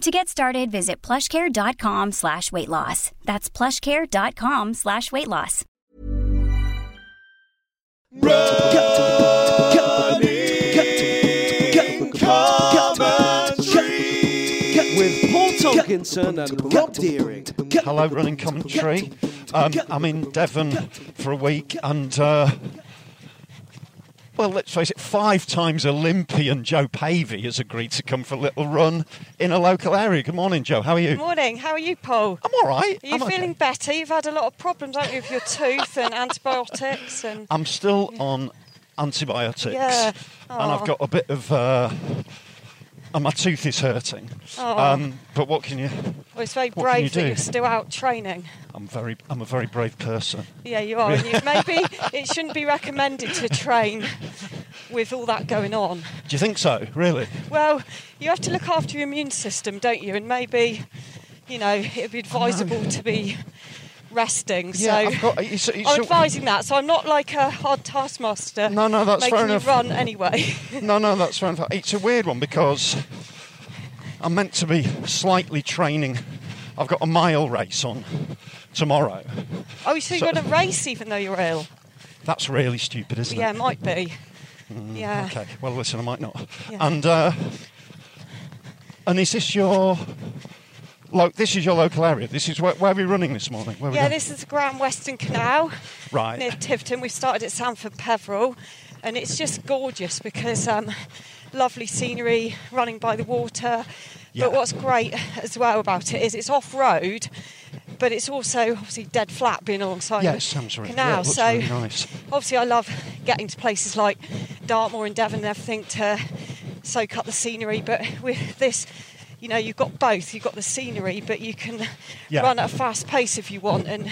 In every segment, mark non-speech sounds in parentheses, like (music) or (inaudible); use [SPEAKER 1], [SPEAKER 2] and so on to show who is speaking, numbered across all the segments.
[SPEAKER 1] To get started, visit plushcare.com slash weight loss. That's plushcare.com slash weight loss.
[SPEAKER 2] With Paul Tomkinson and Rob Deering.
[SPEAKER 3] Hello, running commentary. Um, I'm in Devon for a week, and uh, well, let's face it, five times Olympian Joe Pavey has agreed to come for a little run in a local area. Good morning, Joe. How are you?
[SPEAKER 4] Morning. How are you, Paul?
[SPEAKER 3] I'm all right.
[SPEAKER 4] Are you
[SPEAKER 3] I'm okay.
[SPEAKER 4] feeling better? You've had a lot of problems, haven't you, with your tooth and antibiotics and
[SPEAKER 3] I'm still on antibiotics,
[SPEAKER 4] Yeah.
[SPEAKER 3] and I've
[SPEAKER 4] Aw.
[SPEAKER 3] got a bit of. Uh, and my tooth is hurting. Um, but what can you?
[SPEAKER 4] well, it's very
[SPEAKER 3] What can you
[SPEAKER 4] brave that
[SPEAKER 3] do?
[SPEAKER 4] you're still out training.
[SPEAKER 3] I'm very. I'm a very brave person.
[SPEAKER 4] Yeah, you
[SPEAKER 3] (laughs)
[SPEAKER 4] are. and you, maybe it shouldn't be recommended to train with all that going on.
[SPEAKER 3] Do you think so? Really?
[SPEAKER 4] Well, you have to look after your immune system, don't you? And maybe, you know, it'd be advisable to be resting. so
[SPEAKER 3] I've got. It's, it's
[SPEAKER 4] I'm advising that. So I'm not like a hard taskmaster.
[SPEAKER 3] No, no, that's
[SPEAKER 4] making
[SPEAKER 3] fair
[SPEAKER 4] you
[SPEAKER 3] enough.
[SPEAKER 4] run anyway.
[SPEAKER 3] (laughs) No, no, that's fine. It's a weird one because I'm meant to be slightly training. I've got a mile race on tomorrow.
[SPEAKER 4] oh, so
[SPEAKER 3] So-
[SPEAKER 4] you're going to race even though you're ill?
[SPEAKER 3] That's really stupid, isn't
[SPEAKER 4] Yeah,
[SPEAKER 3] it?
[SPEAKER 4] might be. Yeah.
[SPEAKER 3] Mm, Okay. Well, listen, I might not.
[SPEAKER 4] Yeah.
[SPEAKER 3] And uh, and is this your lo- this is your local area? This is where, where are we running this morning? Where are we
[SPEAKER 4] Yeah,
[SPEAKER 3] going?
[SPEAKER 4] this is the Grand Western Canal
[SPEAKER 3] right.
[SPEAKER 4] near Tifton. We started at Sanford Peveril, and it's just gorgeous because um, lovely scenery running by the water.
[SPEAKER 3] Yeah.
[SPEAKER 4] But what's great as well about it is it's off road, but it's also obviously dead flat being alongside
[SPEAKER 3] yeah,
[SPEAKER 4] the
[SPEAKER 3] it sounds really, yeah,
[SPEAKER 4] canal.
[SPEAKER 3] it looks
[SPEAKER 4] so
[SPEAKER 3] really nice.
[SPEAKER 4] obviously, I love getting to places like Dartmoor and Devon and everything to soak up the scenery. But with this, you know, you've got both. You've got the scenery, but you can
[SPEAKER 3] Yeah.
[SPEAKER 4] run at a fast pace if you want and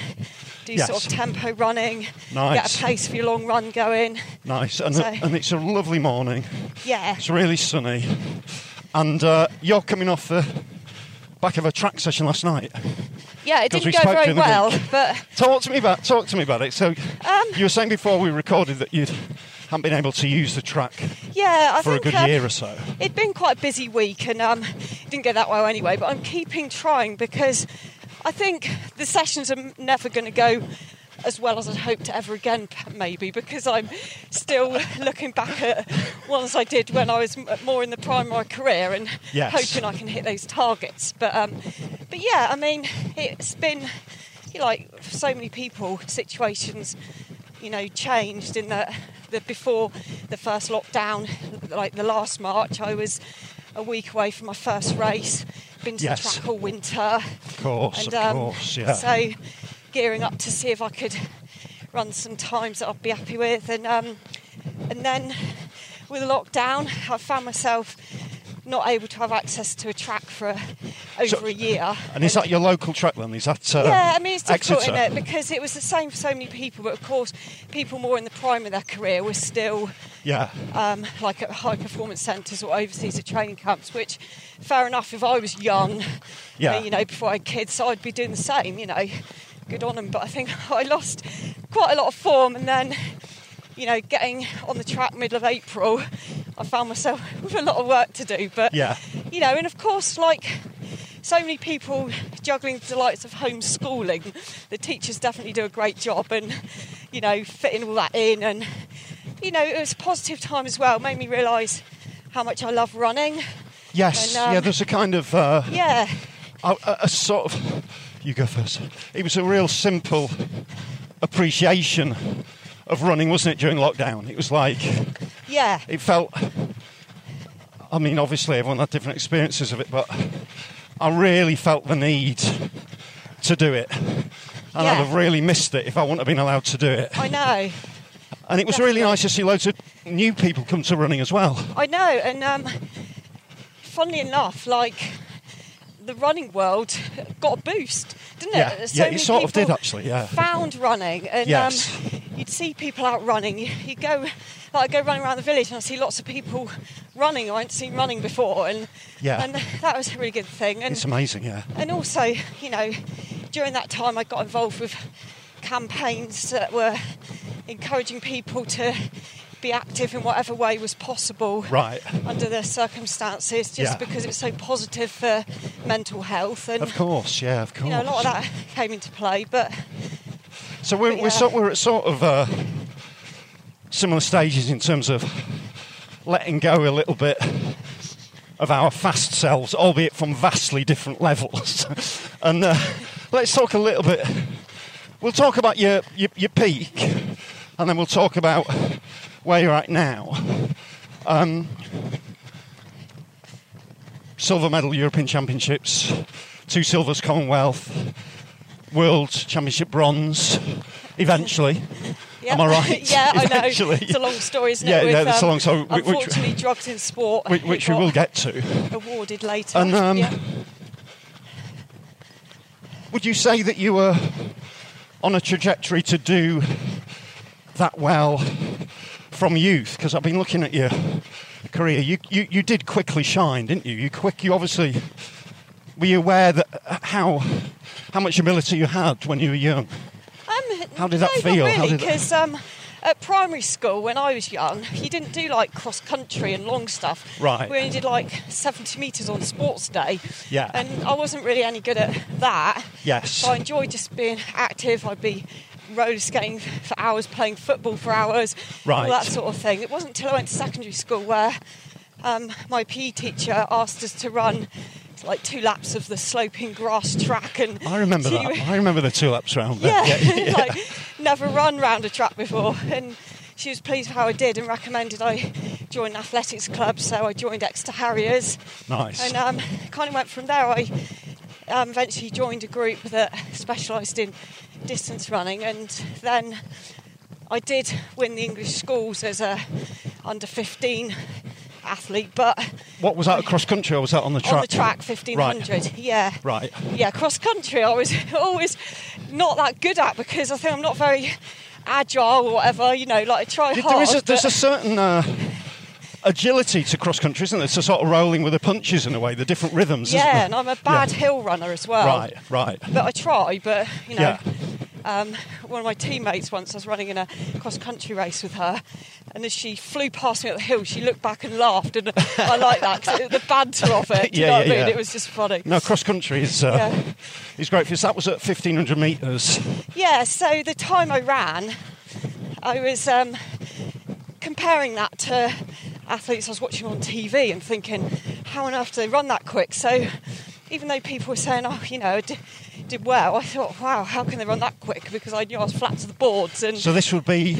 [SPEAKER 4] do sort
[SPEAKER 3] Yes.
[SPEAKER 4] of tempo running,
[SPEAKER 3] Nice.
[SPEAKER 4] get a pace for your long run going.
[SPEAKER 3] Nice. And,
[SPEAKER 4] So-
[SPEAKER 3] and it's a lovely morning.
[SPEAKER 4] Yeah.
[SPEAKER 3] It's really sunny. And uh, you're coming off the back of a track session last night.
[SPEAKER 4] Yeah, it
[SPEAKER 3] 'Cause we
[SPEAKER 4] didn't go
[SPEAKER 3] spoke
[SPEAKER 4] very
[SPEAKER 3] the other
[SPEAKER 4] well,
[SPEAKER 3] week.
[SPEAKER 4] but
[SPEAKER 3] Talk to me about talk to me about it. So
[SPEAKER 4] Um,
[SPEAKER 3] you were saying before we recorded that you haven't been able to use the track
[SPEAKER 4] yeah, I
[SPEAKER 3] for a
[SPEAKER 4] think
[SPEAKER 3] good
[SPEAKER 4] uh,
[SPEAKER 3] year or so.
[SPEAKER 4] It'd been quite a busy week and um, it didn't go that well anyway, but I'm keeping trying because I think the sessions are never going to go as well as I'd hoped ever again, p- maybe, because I'm still (laughs) looking back at ones I did when I was m- more in the prime of my career and
[SPEAKER 3] Yes.
[SPEAKER 4] hoping I can hit those targets. But, um, but yeah, I mean, it's been you know, like for so many people, situations you know, changed in that the before the first lockdown, like the last March, I was a week away from my first race. Been to
[SPEAKER 3] Yes.
[SPEAKER 4] the track all winter. Of
[SPEAKER 3] course, of course, yeah.
[SPEAKER 4] um, So gearing up to see if I could run some times that I'd be happy with, and um, and then with the lockdown, I found myself not able to have access to a track for over
[SPEAKER 3] So-
[SPEAKER 4] a year.
[SPEAKER 3] And is that your local track then? Is that uh,
[SPEAKER 4] Yeah, I mean, it's difficult,
[SPEAKER 3] Exeter?
[SPEAKER 4] isn't it? Because it was the same for so many people, but of course, people more in the prime of their career were still
[SPEAKER 3] Yeah,
[SPEAKER 4] um, like at high performance centres or overseas at training camps, which, fair enough, if I was young,
[SPEAKER 3] Yeah.
[SPEAKER 4] you know, before I had kids, I'd be doing the same, you know, good on them. But I think (laughs) I lost quite a lot of form, and then, you know, getting on the track middle of April, I found myself (laughs) with a lot of work to do. But
[SPEAKER 3] Yeah.
[SPEAKER 4] you know, and of course, like so many people juggling the delights of homeschooling, the teachers definitely do a great job and, you know, fitting all that in. And, you know, it was a positive time as well, made me realise how much I love running.
[SPEAKER 3] yes,
[SPEAKER 4] And, um,
[SPEAKER 3] yeah. There's a kind of uh,
[SPEAKER 4] Yeah,
[SPEAKER 3] a, a- a sort of. You go first. It was a real simple appreciation of running, wasn't it, during lockdown? It was like,
[SPEAKER 4] Yeah,
[SPEAKER 3] it felt. I mean, obviously, everyone had different experiences of it, but I really felt the need to do it. And I'd
[SPEAKER 4] Yeah.
[SPEAKER 3] have really missed it if I wouldn't have been allowed to do it.
[SPEAKER 4] I know.
[SPEAKER 3] And it was really nice to see loads of new people come to running as well.
[SPEAKER 4] I know, and um, funnily enough, like the running world got a boost, didn't it?
[SPEAKER 3] Yeah,
[SPEAKER 4] There's
[SPEAKER 3] yeah, it
[SPEAKER 4] many
[SPEAKER 3] sort of did
[SPEAKER 4] people
[SPEAKER 3] actually, yeah.
[SPEAKER 4] Found running, and
[SPEAKER 3] Yes.
[SPEAKER 4] um, you'd see people out running. You, you go, like, I go running around the village, and I see lots of people running. I hadn't seen running before, and
[SPEAKER 3] Yeah.
[SPEAKER 4] and that was a really good thing. And
[SPEAKER 3] It's amazing, yeah.
[SPEAKER 4] and also, you know, during that time I got involved with campaigns that were encouraging people to be active in whatever way was possible
[SPEAKER 3] Right.
[SPEAKER 4] under their circumstances, just
[SPEAKER 3] Yeah.
[SPEAKER 4] because it was so positive for mental health. And,
[SPEAKER 3] Of course, yeah, of course.
[SPEAKER 4] you know, a lot of that came into play, but
[SPEAKER 3] So we're,
[SPEAKER 4] But
[SPEAKER 3] we're,
[SPEAKER 4] yeah.
[SPEAKER 3] sort, we're at sort of uh, similar stages in terms of letting go a little bit of our fast selves, albeit from vastly different levels. (laughs) and uh, let's talk a little bit. We'll talk about your, your, your peak, and then we'll talk about where you're at now. Um, silver medal European Championships, two silvers Commonwealth, World Championship bronze, eventually.
[SPEAKER 4] yeah.
[SPEAKER 3] Am I right?
[SPEAKER 4] (laughs) yeah, I know.
[SPEAKER 3] Eventually.
[SPEAKER 4] It's a long story, isn't
[SPEAKER 3] Yeah,
[SPEAKER 4] it? With, um,
[SPEAKER 3] yeah, it's a long story, which- which-
[SPEAKER 4] Unfortunately, drugs in sport,
[SPEAKER 3] Which,
[SPEAKER 4] who
[SPEAKER 3] which we
[SPEAKER 4] got
[SPEAKER 3] will get to.
[SPEAKER 4] awarded later.
[SPEAKER 3] And um,
[SPEAKER 4] yeah.
[SPEAKER 3] would you say that you were on a trajectory to do that well from youth? Because I've been looking at your career. You, you you did quickly shine, didn't you? You quick. You obviously were you aware that uh, how how much ability you had when you were young.
[SPEAKER 4] Um,
[SPEAKER 3] How did that
[SPEAKER 4] no,
[SPEAKER 3] feel?
[SPEAKER 4] Not
[SPEAKER 3] How
[SPEAKER 4] really,
[SPEAKER 3] did that-
[SPEAKER 4] because um, at primary school when I was young, you didn't do like cross country and long stuff.
[SPEAKER 3] Right.
[SPEAKER 4] We only did like 70 metres on sports day.
[SPEAKER 3] Yeah.
[SPEAKER 4] And I wasn't really any good at that.
[SPEAKER 3] Yes.
[SPEAKER 4] So I enjoyed just being active. I'd be roller skating for hours, playing football for hours,
[SPEAKER 3] Right.
[SPEAKER 4] all that sort of thing. It wasn't until I went to secondary school where um, my PE teacher asked us to run like two laps of the sloping grass track and
[SPEAKER 3] I remember
[SPEAKER 4] two-
[SPEAKER 3] that. I remember the two laps round.
[SPEAKER 4] yeah,
[SPEAKER 3] there.
[SPEAKER 4] (laughs) like never run round a track before and she was pleased with how I did and recommended I join an athletics club so I joined Exeter Harriers (laughs)
[SPEAKER 3] Nice.
[SPEAKER 4] and um, kind of went from there I um, eventually joined a group that specialised in distance running and then I did win the English schools as a under 15 athlete but
[SPEAKER 3] What was that? Cross country or was that on the track?
[SPEAKER 4] on the track 1500 yeah
[SPEAKER 3] Right. right.
[SPEAKER 4] yeah, cross country I was (laughs) always not that good at because I think I'm not very agile or whatever, you know, like I try
[SPEAKER 3] There-
[SPEAKER 4] hard.
[SPEAKER 3] there is a, there's a
[SPEAKER 4] but-
[SPEAKER 3] certain uh, agility to cross country, isn't there? It's a sort of rolling with the punches in a way, the different rhythms. isn't
[SPEAKER 4] yeah,
[SPEAKER 3] there?
[SPEAKER 4] and I'm a bad hill runner as well.
[SPEAKER 3] Right, right.
[SPEAKER 4] But I try, but you know,
[SPEAKER 3] Yeah.
[SPEAKER 4] um, one of my teammates once I was running in a cross country race with her, and as she flew past me up the hill, she looked back and laughed, and (laughs) I like that 'cause it- the banter of it. Do
[SPEAKER 3] (laughs)
[SPEAKER 4] you
[SPEAKER 3] Yeah,
[SPEAKER 4] know what
[SPEAKER 3] yeah,
[SPEAKER 4] I mean?
[SPEAKER 3] yeah.
[SPEAKER 4] It was just funny.
[SPEAKER 3] No, cross country is uh,
[SPEAKER 4] Yeah.
[SPEAKER 3] is great because that was at 1500 metres.
[SPEAKER 4] Yeah, so the time I ran, I was um, comparing that to athletes I was watching on TV and thinking, how on earth do they run that quick? So even though people were saying, oh, you know, I did, did well, I thought, wow, how can they run that quick? Because I knew I was flat to the boards and
[SPEAKER 3] So this would be.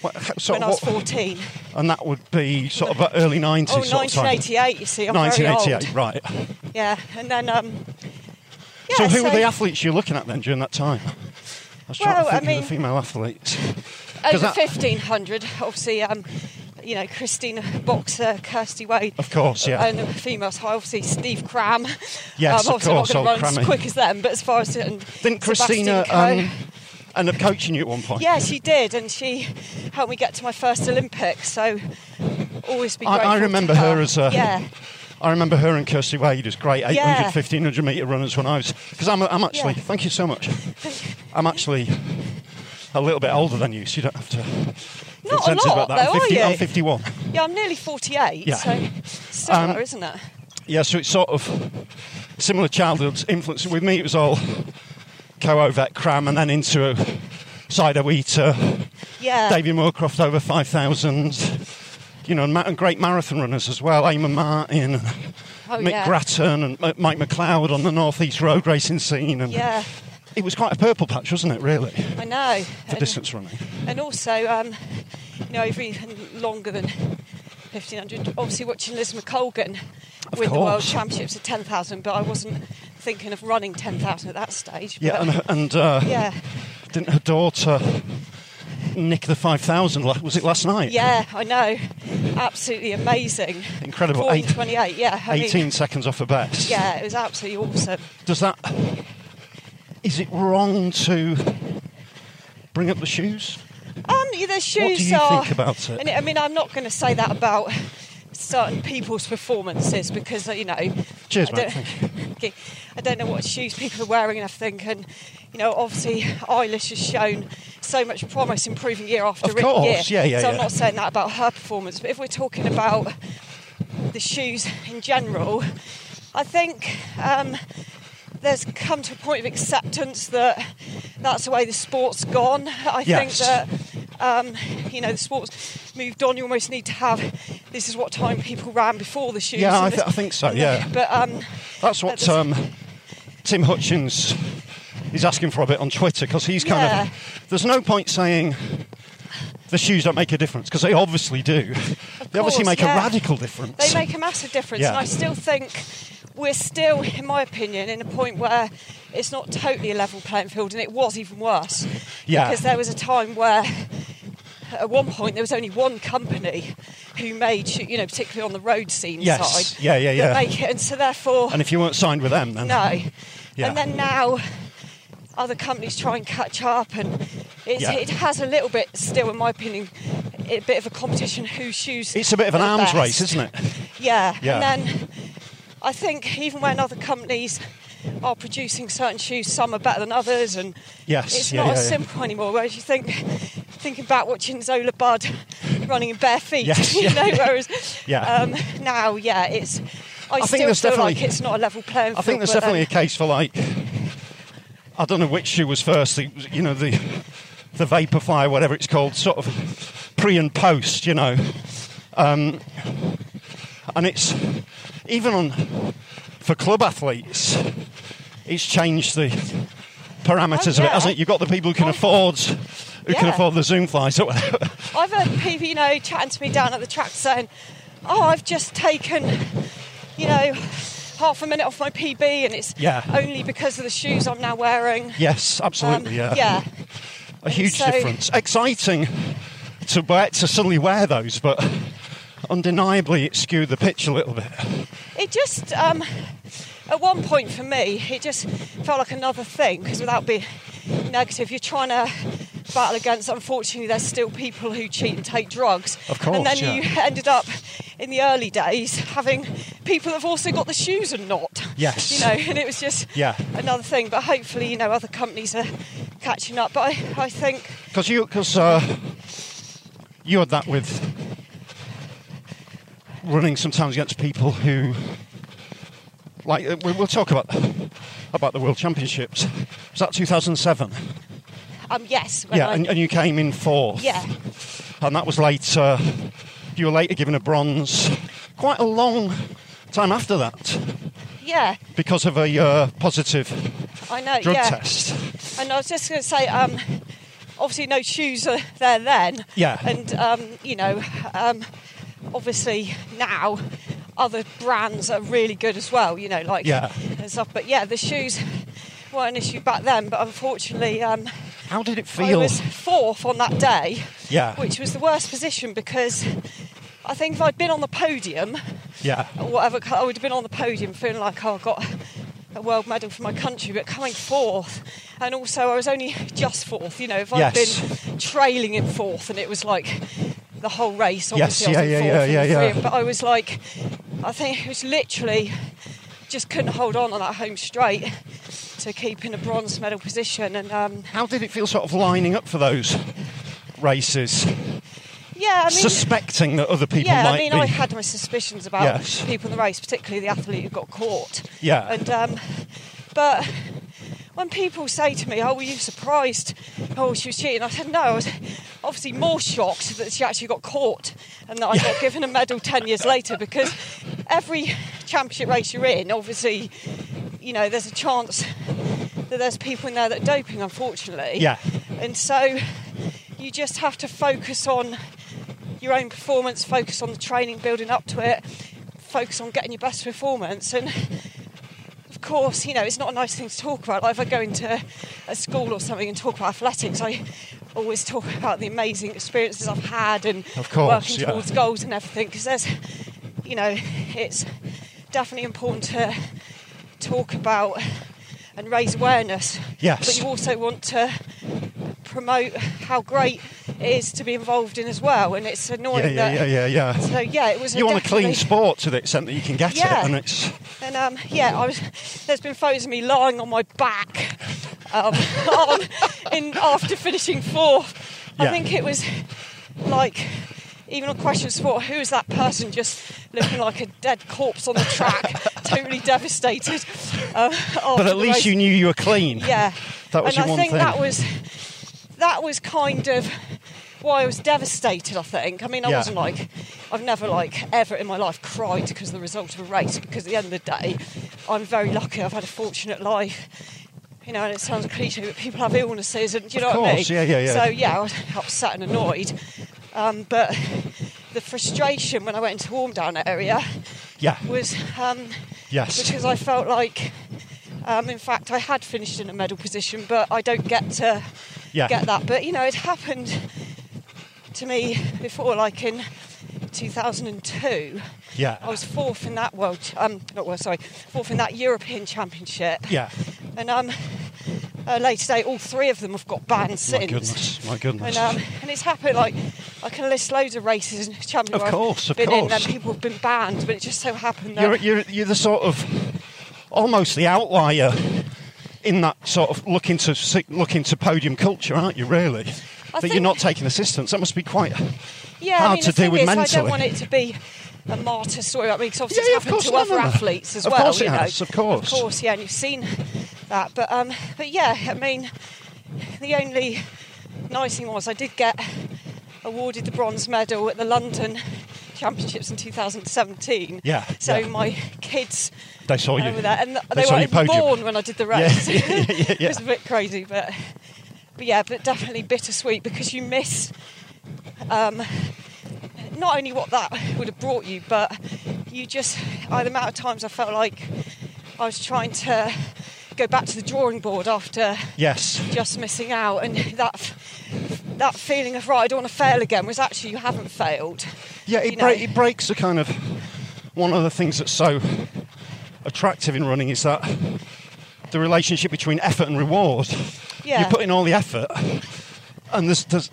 [SPEAKER 3] What, so
[SPEAKER 4] when I was
[SPEAKER 3] what-
[SPEAKER 4] 14.
[SPEAKER 3] and that would be sort of about early 90s.
[SPEAKER 4] Oh,
[SPEAKER 3] sort of time.
[SPEAKER 4] 1988, you see, I'm
[SPEAKER 3] 1988,
[SPEAKER 4] very old.
[SPEAKER 3] right.
[SPEAKER 4] Yeah, and then... Um, yeah,
[SPEAKER 3] so who were the athletes you're looking at then during that time? I was trying
[SPEAKER 4] Well,
[SPEAKER 3] to
[SPEAKER 4] I
[SPEAKER 3] think of
[SPEAKER 4] mean-
[SPEAKER 3] the female athletes. 'Cause
[SPEAKER 4] Over
[SPEAKER 3] that-
[SPEAKER 4] 1500, obviously, um, you know, Christina Boxer, Kirsty Wade.
[SPEAKER 3] Of course, yeah.
[SPEAKER 4] And the females high, obviously, Steve Cram.
[SPEAKER 3] Yes,
[SPEAKER 4] I'm
[SPEAKER 3] of
[SPEAKER 4] obviously
[SPEAKER 3] course,
[SPEAKER 4] not
[SPEAKER 3] old
[SPEAKER 4] going to run
[SPEAKER 3] Crammy.
[SPEAKER 4] as quick as them, but as far as. And
[SPEAKER 3] Didn't
[SPEAKER 4] Sebastian
[SPEAKER 3] Christina
[SPEAKER 4] Coe-
[SPEAKER 3] um, end up coaching you at one point?
[SPEAKER 4] yeah, she did, and she helped me get to my first Olympics, so always be
[SPEAKER 3] I,
[SPEAKER 4] grateful
[SPEAKER 3] I
[SPEAKER 4] to
[SPEAKER 3] remember her. as a.
[SPEAKER 4] Yeah,
[SPEAKER 3] I remember her and Kirsty Wade as great 800,
[SPEAKER 4] Yeah.
[SPEAKER 3] 1500 metre runners when I was. Because I'm, I'm actually,
[SPEAKER 4] Yeah.
[SPEAKER 3] thank you so much. I'm actually a little bit older than you, so you don't have to feel
[SPEAKER 4] Not a
[SPEAKER 3] sensitive
[SPEAKER 4] lot,
[SPEAKER 3] about that. I'm,
[SPEAKER 4] though, are you?
[SPEAKER 3] I'm 51.
[SPEAKER 4] yeah, I'm nearly 48,
[SPEAKER 3] Yeah.
[SPEAKER 4] so similar,
[SPEAKER 3] Um,
[SPEAKER 4] isn't it?
[SPEAKER 3] Yeah, so it's sort of similar childhood influence. With me, it was all co vet cram and then into a cider wheater, (laughs)
[SPEAKER 4] Yeah.
[SPEAKER 3] Davy Moorcroft over 5,000. You know, and ma- and great marathon runners as well, Eamon Martin,
[SPEAKER 4] Oh,
[SPEAKER 3] Mick
[SPEAKER 4] yeah.
[SPEAKER 3] Grattan, and M- Mike McLeod on the North East Road racing scene, and
[SPEAKER 4] Yeah.
[SPEAKER 3] It was quite a purple patch, wasn't it, really,
[SPEAKER 4] I know.
[SPEAKER 3] for distance running?
[SPEAKER 4] and also, um, you know, over even longer than 1500, obviously watching Liz McColgan
[SPEAKER 3] Of
[SPEAKER 4] win the World
[SPEAKER 3] course.
[SPEAKER 4] Championships at 10,000, but I wasn't thinking of running 10,000 at that stage.
[SPEAKER 3] Yeah,
[SPEAKER 4] but,
[SPEAKER 3] and, and uh,
[SPEAKER 4] yeah,
[SPEAKER 3] didn't her daughter nick the 5,000? la- Was it last night?
[SPEAKER 4] yeah, I know. Absolutely amazing.
[SPEAKER 3] Incredible.
[SPEAKER 4] Four
[SPEAKER 3] Eight-
[SPEAKER 4] 28, yeah. I mean,
[SPEAKER 3] 18 seconds off her best.
[SPEAKER 4] yeah, it was absolutely awesome.
[SPEAKER 3] Does that. Is it wrong to bring up the shoes?
[SPEAKER 4] Um, yeah, the shoes
[SPEAKER 3] do you
[SPEAKER 4] are.
[SPEAKER 3] think about it?
[SPEAKER 4] And I mean, I'm not going to say that about certain people's performances because you know.
[SPEAKER 3] Cheers,
[SPEAKER 4] I
[SPEAKER 3] mate.
[SPEAKER 4] don't,
[SPEAKER 3] Thank you.
[SPEAKER 4] (laughs) okay, I don't know what shoes people are wearing and everything, and you know, obviously, Eilish has shown so much promise, improving year after
[SPEAKER 3] Of
[SPEAKER 4] year.
[SPEAKER 3] course, yeah, yeah,
[SPEAKER 4] So I'm
[SPEAKER 3] yeah.
[SPEAKER 4] not saying that about her performance, but if we're talking about the shoes in general, I think. Um, there's come to a point of acceptance that that's the way the sport's gone. I
[SPEAKER 3] Yes.
[SPEAKER 4] think that um, you know the sport's moved on. You almost need to have this is what time people ran before the shoes.
[SPEAKER 3] Yeah,
[SPEAKER 4] and
[SPEAKER 3] I,
[SPEAKER 4] this-
[SPEAKER 3] th- I think so,
[SPEAKER 4] and
[SPEAKER 3] yeah.
[SPEAKER 4] the- (laughs) But um,
[SPEAKER 3] That's what
[SPEAKER 4] But
[SPEAKER 3] um, Tim Hutchins is asking for a bit on Twitter because he's kind
[SPEAKER 4] Yeah.
[SPEAKER 3] of. There's no point saying the shoes don't make a difference because they obviously do. they obviously
[SPEAKER 4] course,
[SPEAKER 3] make
[SPEAKER 4] yeah.
[SPEAKER 3] a radical difference.
[SPEAKER 4] they make a massive difference,
[SPEAKER 3] Yeah.
[SPEAKER 4] and I still think we're still, in my opinion, in a point where it's not totally a level playing field, and it was even worse.
[SPEAKER 3] Yeah.
[SPEAKER 4] Because there was a time where. At one point, there was only one company who made, sho- you know, particularly on the road scene
[SPEAKER 3] Yes.
[SPEAKER 4] side,
[SPEAKER 3] Yeah, yeah,
[SPEAKER 4] that
[SPEAKER 3] yeah.
[SPEAKER 4] make it, and so therefore,
[SPEAKER 3] and if you weren't signed with them, then
[SPEAKER 4] No.
[SPEAKER 3] Yeah.
[SPEAKER 4] And then now other companies try and catch up, and it's,
[SPEAKER 3] Yeah.
[SPEAKER 4] it has a little bit still, in my opinion, a bit of a competition who shoes.
[SPEAKER 3] it's a bit of an
[SPEAKER 4] are the
[SPEAKER 3] arms
[SPEAKER 4] best.
[SPEAKER 3] race, isn't it?
[SPEAKER 4] Yeah.
[SPEAKER 3] Yeah.
[SPEAKER 4] And then I think even when other companies are producing certain shoes, some are better than others, and
[SPEAKER 3] Yes,
[SPEAKER 4] it's
[SPEAKER 3] yeah,
[SPEAKER 4] not
[SPEAKER 3] yeah,
[SPEAKER 4] as
[SPEAKER 3] yeah.
[SPEAKER 4] simple anymore. Whereas you think, thinking back watching Zola Bud (laughs) running in bare feet,
[SPEAKER 3] Yes,
[SPEAKER 4] (laughs) you
[SPEAKER 3] yeah,
[SPEAKER 4] know,
[SPEAKER 3] yeah.
[SPEAKER 4] whereas
[SPEAKER 3] Yeah.
[SPEAKER 4] um, now, yeah, it's. I,
[SPEAKER 3] think
[SPEAKER 4] still
[SPEAKER 3] there's
[SPEAKER 4] feel like
[SPEAKER 3] definitely-
[SPEAKER 4] it's not a level playing field.
[SPEAKER 3] I think there's
[SPEAKER 4] but, um,
[SPEAKER 3] definitely a case for like I don't know which shoe was first. The, you know the the Vaporfly, whatever it's called, sort of pre and post. You know, um, and it's even on for club athletes, it's changed the parameters
[SPEAKER 4] Oh,
[SPEAKER 3] of it,
[SPEAKER 4] yeah.
[SPEAKER 3] hasn't it? You've got the people who can
[SPEAKER 4] Oh.
[SPEAKER 3] afford who can
[SPEAKER 4] Yeah.
[SPEAKER 3] afford the Zoom flies or whatever. (laughs)
[SPEAKER 4] I've had people, you know, chatting to me down at the track saying, "Oh, I've just taken, you know, half a minute off my PB, and it's
[SPEAKER 3] Yeah.
[SPEAKER 4] only because of the shoes I'm now wearing."
[SPEAKER 3] yes, absolutely. yeah.
[SPEAKER 4] Um, yeah.
[SPEAKER 3] a huge
[SPEAKER 4] so-
[SPEAKER 3] difference. Exciting to wear, to suddenly wear those, but undeniably it skewed the pitch a little bit.
[SPEAKER 4] It just, um, at one point for me, it just felt like another thing because without being negative, you're trying to battle against. Unfortunately, there's still people who cheat and take drugs.
[SPEAKER 3] Of
[SPEAKER 4] and then
[SPEAKER 3] course, yeah.
[SPEAKER 4] you ended up in the early days having people that've also got the shoes and not.
[SPEAKER 3] Yes.
[SPEAKER 4] You know, and it was just
[SPEAKER 3] Yeah.
[SPEAKER 4] another thing. But hopefully, you know, other companies are catching up. But I, I think
[SPEAKER 3] Because you, because uh, you had that with running sometimes against people who, like, uh, we- we'll talk about about the World Championships. Was that 2007?
[SPEAKER 4] um, yes. when
[SPEAKER 3] Yeah,
[SPEAKER 4] I-
[SPEAKER 3] and, uh, and you came in fourth.
[SPEAKER 4] yeah.
[SPEAKER 3] and that was later. You were later given a bronze. Quite a long time after that.
[SPEAKER 4] Yeah.
[SPEAKER 3] because of a uh, positive
[SPEAKER 4] I know.
[SPEAKER 3] drug
[SPEAKER 4] yeah.
[SPEAKER 3] test.
[SPEAKER 4] And I was just going to say, um, obviously, no shoes are there then.
[SPEAKER 3] Yeah.
[SPEAKER 4] And, um, you know, um, obviously now other brands are really good as well, you know, like
[SPEAKER 3] Yeah.
[SPEAKER 4] and stuff. But yeah, the shoes were an issue back then, but unfortunately, um,
[SPEAKER 3] How did it
[SPEAKER 4] I
[SPEAKER 3] feel?
[SPEAKER 4] was fourth on that day,
[SPEAKER 3] Yeah.
[SPEAKER 4] which was the worst position because I think if I'd been on the podium,
[SPEAKER 3] yeah,
[SPEAKER 4] or whatever, I would have been on the podium feeling like oh, I got a world medal for my country, but coming fourth, and also I was only just fourth. You know, if I'd
[SPEAKER 3] Yes.
[SPEAKER 4] been trailing in fourth, and it was like the whole race.
[SPEAKER 3] Yes,
[SPEAKER 4] Obviously, I was
[SPEAKER 3] yeah,
[SPEAKER 4] in
[SPEAKER 3] yeah,
[SPEAKER 4] fourth
[SPEAKER 3] yeah,
[SPEAKER 4] and
[SPEAKER 3] yeah, yeah.
[SPEAKER 4] three, But I was like, I think it was literally just couldn't hold on on that home straight to keep in a bronze medal position, and um,
[SPEAKER 3] How did it feel, sort of lining up for those races,
[SPEAKER 4] yeah, I mean.
[SPEAKER 3] suspecting that other people
[SPEAKER 4] yeah,
[SPEAKER 3] might
[SPEAKER 4] I mean,
[SPEAKER 3] be?
[SPEAKER 4] I had my suspicions about
[SPEAKER 3] Yes.
[SPEAKER 4] people in the race, particularly the athlete who got caught.
[SPEAKER 3] Yeah.
[SPEAKER 4] And um, but when people say to me, "Oh, were you surprised? Oh, she was cheating," I said, "No, I was obviously more shocked that she actually got caught and that I got given a medal ten years later because every championship race you're in, obviously, you know, there's a chance that there's people in there that are doping, unfortunately.
[SPEAKER 3] Yeah.
[SPEAKER 4] And so you just have to focus on your own performance, focus on the training, building up to it, focus on getting your best performance. And of course, you know, it's not a nice thing to talk about. Like if I go into a school or something and talk about athletics, I always talk about the amazing experiences I've had and
[SPEAKER 3] Of course,
[SPEAKER 4] working
[SPEAKER 3] yeah.
[SPEAKER 4] towards goals and everything because there's, you know, it's definitely important to talk about and raise awareness.
[SPEAKER 3] Yes.
[SPEAKER 4] But you also want to promote how great it is to be involved in as well. And it's
[SPEAKER 3] Yeah,
[SPEAKER 4] annoying
[SPEAKER 3] yeah,
[SPEAKER 4] that.
[SPEAKER 3] yeah, yeah, yeah.
[SPEAKER 4] So yeah, it was.
[SPEAKER 3] You want a
[SPEAKER 4] definitely-
[SPEAKER 3] clean sport to the extent that you can get
[SPEAKER 4] Yeah.
[SPEAKER 3] it, and it's
[SPEAKER 4] and um, yeah, I was. There's been photos of me lying on my back, um, (laughs) on, in after finishing fourth. I
[SPEAKER 3] Yeah.
[SPEAKER 4] think it was like even on question sport, who is that person just looking like a dead corpse on the track, (laughs) totally devastated? Um,
[SPEAKER 3] but at least you knew you were clean.
[SPEAKER 4] (laughs) yeah.
[SPEAKER 3] That was your
[SPEAKER 4] and I
[SPEAKER 3] one
[SPEAKER 4] think
[SPEAKER 3] thing.
[SPEAKER 4] that was that was kind of why I was devastated. I think. I mean, I
[SPEAKER 3] Yeah.
[SPEAKER 4] wasn't like I've never like ever in my life cried because of the result of a race. Because at the end of the day, I'm very lucky. I've had a fortunate life. You know, and it sounds cliche, but people have illnesses, and do you know what I mean.
[SPEAKER 3] course, yeah, yeah, yeah.
[SPEAKER 4] So yeah, I was upset and annoyed, um, but the frustration when I went into warm down area
[SPEAKER 3] Yeah.
[SPEAKER 4] was um,
[SPEAKER 3] Yes.
[SPEAKER 4] because I felt like, um, in fact, I had finished in a medal position, but I don't get to
[SPEAKER 3] Yeah.
[SPEAKER 4] get that. But you know, it happened to me before, like in 2002.
[SPEAKER 3] Yeah.
[SPEAKER 4] I was fourth in that world, um, not world, sorry, fourth in that European Championship.
[SPEAKER 3] Yeah.
[SPEAKER 4] And um, uh, later today, all three of them have got banned since.
[SPEAKER 3] Oh My goodness. My goodness.
[SPEAKER 4] And, um, and it's happened like I can list loads of races and champions
[SPEAKER 3] Of
[SPEAKER 4] where I've
[SPEAKER 3] course, of
[SPEAKER 4] been in,
[SPEAKER 3] course.
[SPEAKER 4] and people have been banned, but it just so happened that
[SPEAKER 3] you're, you're, you're the sort of almost the outlier in that sort of looking to si- looking to podium culture, aren't you? Really,
[SPEAKER 4] I
[SPEAKER 3] that you're
[SPEAKER 4] think-
[SPEAKER 3] not taking assistance. That must be quite.
[SPEAKER 4] yeah, I
[SPEAKER 3] hard
[SPEAKER 4] mean,
[SPEAKER 3] to
[SPEAKER 4] the thing
[SPEAKER 3] deal with
[SPEAKER 4] is, I
[SPEAKER 3] mentally.
[SPEAKER 4] don't want it to be a martyr story. I mean, because obviously
[SPEAKER 3] Yeah, yeah, of
[SPEAKER 4] it's happened
[SPEAKER 3] course,
[SPEAKER 4] to
[SPEAKER 3] no,
[SPEAKER 4] other
[SPEAKER 3] no, no.
[SPEAKER 4] athletes as
[SPEAKER 3] Of
[SPEAKER 4] well.
[SPEAKER 3] course it
[SPEAKER 4] you know.
[SPEAKER 3] has, of course.
[SPEAKER 4] of course, yeah, and you've seen that. But um, but yeah, I mean, the only nice thing was I did get awarded the bronze medal at the London Championships in 2017.
[SPEAKER 3] Yeah,
[SPEAKER 4] So
[SPEAKER 3] yeah.
[SPEAKER 4] my kids
[SPEAKER 3] They saw you.
[SPEAKER 4] over there, and th-
[SPEAKER 3] They
[SPEAKER 4] they,
[SPEAKER 3] saw
[SPEAKER 4] were
[SPEAKER 3] you podium.
[SPEAKER 4] born when I did the race.
[SPEAKER 3] Yeah, yeah, yeah, yeah.
[SPEAKER 4] (laughs) it was a bit crazy, but but yeah, but definitely bittersweet because you miss um, not only what that would have brought you, but you just uh, the amount of times I felt like I was trying to go back to the drawing board after
[SPEAKER 3] Yes.
[SPEAKER 4] just missing out, and that f- that feeling of right, I don't want to fail again was actually you haven't failed.
[SPEAKER 3] Yeah,
[SPEAKER 4] you
[SPEAKER 3] it,
[SPEAKER 4] know.
[SPEAKER 3] break, it breaks the kind of one of the things that's so attractive in running is that the relationship between effort and reward.
[SPEAKER 4] Yeah.
[SPEAKER 3] You put in all the effort, and there's, there's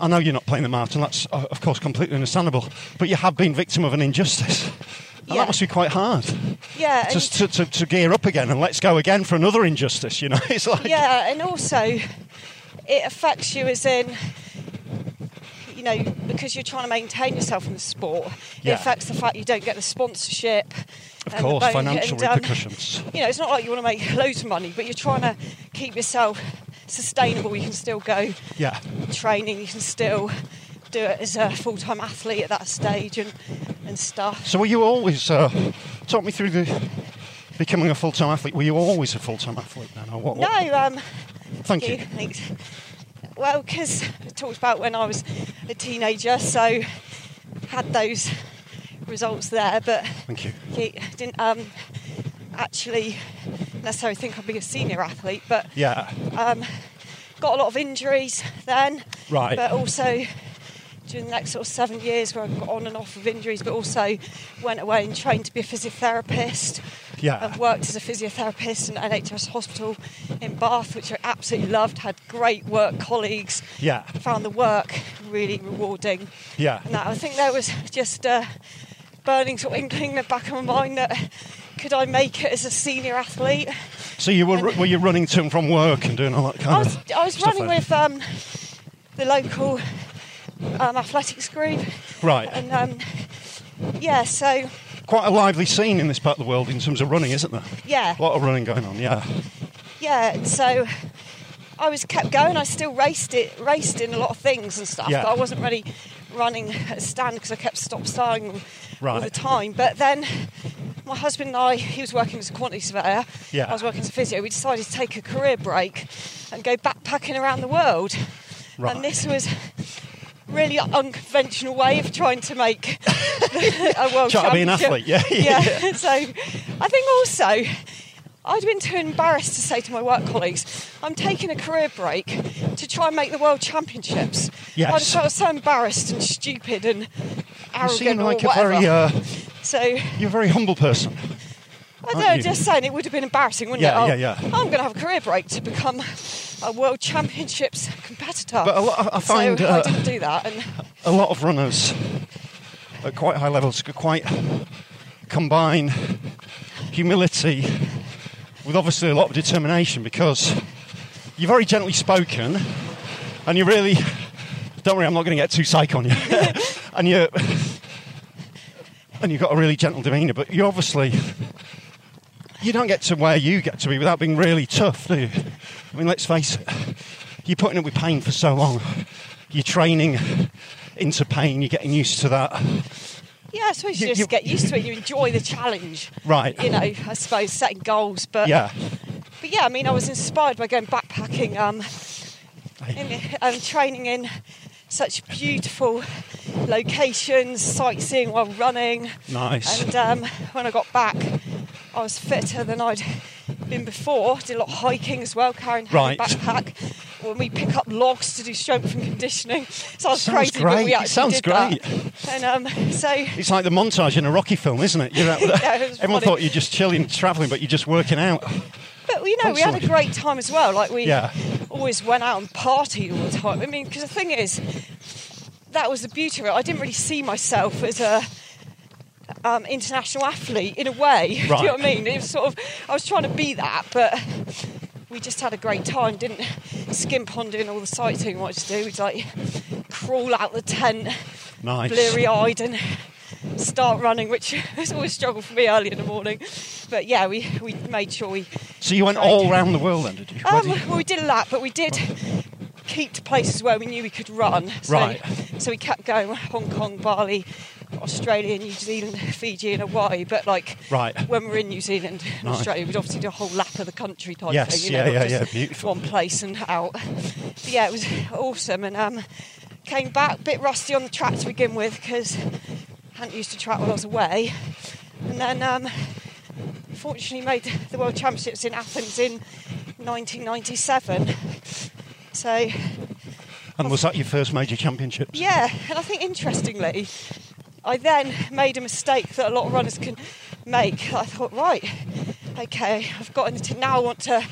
[SPEAKER 3] I know you're not playing the marathon. That's uh, of course completely understandable, but you have been victim of an injustice. And
[SPEAKER 4] Yeah.
[SPEAKER 3] That must be quite hard.
[SPEAKER 4] Yeah, and-
[SPEAKER 3] Just to, to, to gear up again and let's go again for another injustice. You know, (laughs) it's like
[SPEAKER 4] yeah, and also it affects you as in, you know, because you're trying to maintain yourself in the sport.
[SPEAKER 3] Yeah.
[SPEAKER 4] It affects the fact you don't get the sponsorship.
[SPEAKER 3] of
[SPEAKER 4] and the
[SPEAKER 3] course
[SPEAKER 4] bone-
[SPEAKER 3] financial
[SPEAKER 4] and, um,
[SPEAKER 3] repercussions.
[SPEAKER 4] you know, it's not like you want to make (laughs) loads of money, but you're trying to keep yourself sustainable. You can still go
[SPEAKER 3] Yeah,
[SPEAKER 4] training. You can still do it as a full-time athlete at that stage and and stuff.
[SPEAKER 3] So were you always? Uh, talk me through the becoming a full-time athlete. Were you always a full-time athlete then, or what?
[SPEAKER 4] No,
[SPEAKER 3] what-
[SPEAKER 4] um,
[SPEAKER 3] Thank you.
[SPEAKER 4] Thanks. Well, because I talked about when I was a teenager, so had those results there, but
[SPEAKER 3] Thank you.
[SPEAKER 4] I didn't um, actually necessarily think I'd be a senior athlete, but
[SPEAKER 3] Yeah.
[SPEAKER 4] um, got a lot of injuries then.
[SPEAKER 3] Right.
[SPEAKER 4] But also during the next sort of seven years where I got on and off of injuries, but also went away and trained to be a physiotherapist.
[SPEAKER 3] Yeah.
[SPEAKER 4] And worked as a physiotherapist in NHS hospital in Bath, which I absolutely loved. Had great work colleagues.
[SPEAKER 3] Yeah.
[SPEAKER 4] Found the work really rewarding.
[SPEAKER 3] Yeah.
[SPEAKER 4] And that, I think there was just a burning sort of inkling in the back of my mind that could I make it as a senior athlete?
[SPEAKER 3] So you were were you running to and from work and doing all that kind
[SPEAKER 4] I was,
[SPEAKER 3] of?
[SPEAKER 4] I was
[SPEAKER 3] stuff
[SPEAKER 4] running
[SPEAKER 3] then?
[SPEAKER 4] with um, the local um, athletics group,
[SPEAKER 3] Right.
[SPEAKER 4] and um, yeah, so
[SPEAKER 3] Quite a lively scene in this part of the world in terms of running, isn't there?
[SPEAKER 4] Yeah.
[SPEAKER 3] A lot of running going on. Yeah.
[SPEAKER 4] yeah, and so I was kept going. I still raced it, raced in a lot of things and stuff,
[SPEAKER 3] Yeah.
[SPEAKER 4] but I wasn't really running at a stand because I kept stop starting all
[SPEAKER 3] Right.
[SPEAKER 4] the time. But then my husband and I, he was working as a quantity surveyor.
[SPEAKER 3] Yeah.
[SPEAKER 4] I was working as a physio. We decided to take a career break and go backpacking around the world.
[SPEAKER 3] Right.
[SPEAKER 4] And this was really unconventional way of trying to make (laughs) a world
[SPEAKER 3] Trying to be an
[SPEAKER 4] championship.
[SPEAKER 3] athlete, (laughs) yeah.
[SPEAKER 4] yeah. (laughs) so I think also I'd been too embarrassed to say to my work colleagues, I'm taking a career break to try and make the world championships.
[SPEAKER 3] Yes.
[SPEAKER 4] I just felt so embarrassed and stupid and
[SPEAKER 3] You
[SPEAKER 4] arrogant.
[SPEAKER 3] seem like
[SPEAKER 4] or
[SPEAKER 3] a
[SPEAKER 4] whatever.
[SPEAKER 3] very, uh,
[SPEAKER 4] so I
[SPEAKER 3] you're a very humble person.
[SPEAKER 4] don't
[SPEAKER 3] aren't
[SPEAKER 4] know,
[SPEAKER 3] you?
[SPEAKER 4] just saying it would have been embarrassing, wouldn't
[SPEAKER 3] Yeah,
[SPEAKER 4] it? Oh,
[SPEAKER 3] yeah, yeah.
[SPEAKER 4] I'm going to have a career break to become a world championships competitor.
[SPEAKER 3] But a lot- I find,
[SPEAKER 4] so
[SPEAKER 3] uh,
[SPEAKER 4] I didn't do that and
[SPEAKER 3] A lot of runners at quite high levels could quite combine humility with obviously a lot of determination because you're very gently spoken and you really don't worry, I'm not going to get too psych on you. (laughs) and you and you've got a really gentle demeanour, but you obviously you don't get to where you get to be without being really tough, do you? I mean, let's face it, you're putting up with pain for so long. You're training into pain. You're getting used to
[SPEAKER 4] (laughs)
[SPEAKER 3] that.
[SPEAKER 4] Yeah, I suppose you,
[SPEAKER 3] You-
[SPEAKER 4] just
[SPEAKER 3] you-
[SPEAKER 4] get used to it. You enjoy the challenge,
[SPEAKER 3] Right.
[SPEAKER 4] You know, I suppose setting goals, but
[SPEAKER 3] Yeah.
[SPEAKER 4] but yeah, I mean, I was inspired by going backpacking, um, in, um training in such beautiful locations, sightseeing while running,
[SPEAKER 3] Nice.
[SPEAKER 4] and um, when I got back, I was fitter than I'd been before. Did a lot of hiking as well, carrying a
[SPEAKER 3] Right.
[SPEAKER 4] backpack. When we pick up logs to do strength and conditioning, sounds,
[SPEAKER 3] Sounds
[SPEAKER 4] crazy, but
[SPEAKER 3] great.
[SPEAKER 4] we actually
[SPEAKER 3] Sounds
[SPEAKER 4] did that. And um, so
[SPEAKER 3] It's like the montage in a Rocky film, isn't it? You're out
[SPEAKER 4] (laughs) Yeah, it was
[SPEAKER 3] everyone
[SPEAKER 4] funny.
[SPEAKER 3] thought you're just chilling, travelling, but you're just working out.
[SPEAKER 4] But you know, we had a
[SPEAKER 3] Excellent.
[SPEAKER 4] great time as well. Like we
[SPEAKER 3] Yeah.
[SPEAKER 4] always went out and partied all the time. I mean, because the thing is, that was the beauty of it. I didn't really see myself as a um, international athlete in a way. (laughs) Do you know what I
[SPEAKER 3] Right.
[SPEAKER 4] mean? It was sort of I was trying to be that, but we just had a great time. Didn't skimp on doing all the sightseeing we wanted to do. We'd like crawl out the tent,
[SPEAKER 3] Nice.
[SPEAKER 4] bleary-eyed, and start running, which (laughs) was always a struggle for me early in the morning. But yeah, we we made sure we
[SPEAKER 3] So you went all round the world then, did you? Where
[SPEAKER 4] um,
[SPEAKER 3] did you-
[SPEAKER 4] well, we did a lap, but we did keep to places where we knew we could run. So,
[SPEAKER 3] Right.
[SPEAKER 4] So we kept going Hong Kong, Bali, Australia, New Zealand, Fiji, and Hawaii. But like,
[SPEAKER 3] Right.
[SPEAKER 4] when we were in New Zealand and
[SPEAKER 3] Nice.
[SPEAKER 4] Australia, we'd obviously do a whole lap of the country type
[SPEAKER 3] Yes,
[SPEAKER 4] thing. You know,
[SPEAKER 3] yeah,
[SPEAKER 4] not
[SPEAKER 3] yeah,
[SPEAKER 4] just
[SPEAKER 3] yeah, beautiful.
[SPEAKER 4] One place and out. But yeah, it was awesome. And um, came back a bit rusty on the track to begin with because hadn't used to track while I was away. And then um, fortunately made the World Championships in Athens in 1997. So, Um,
[SPEAKER 3] and was that your first major championships?
[SPEAKER 4] yeah, and I think interestingly, I then made a mistake that a lot of runners can make. I thought, right, okay, I've got into now I want to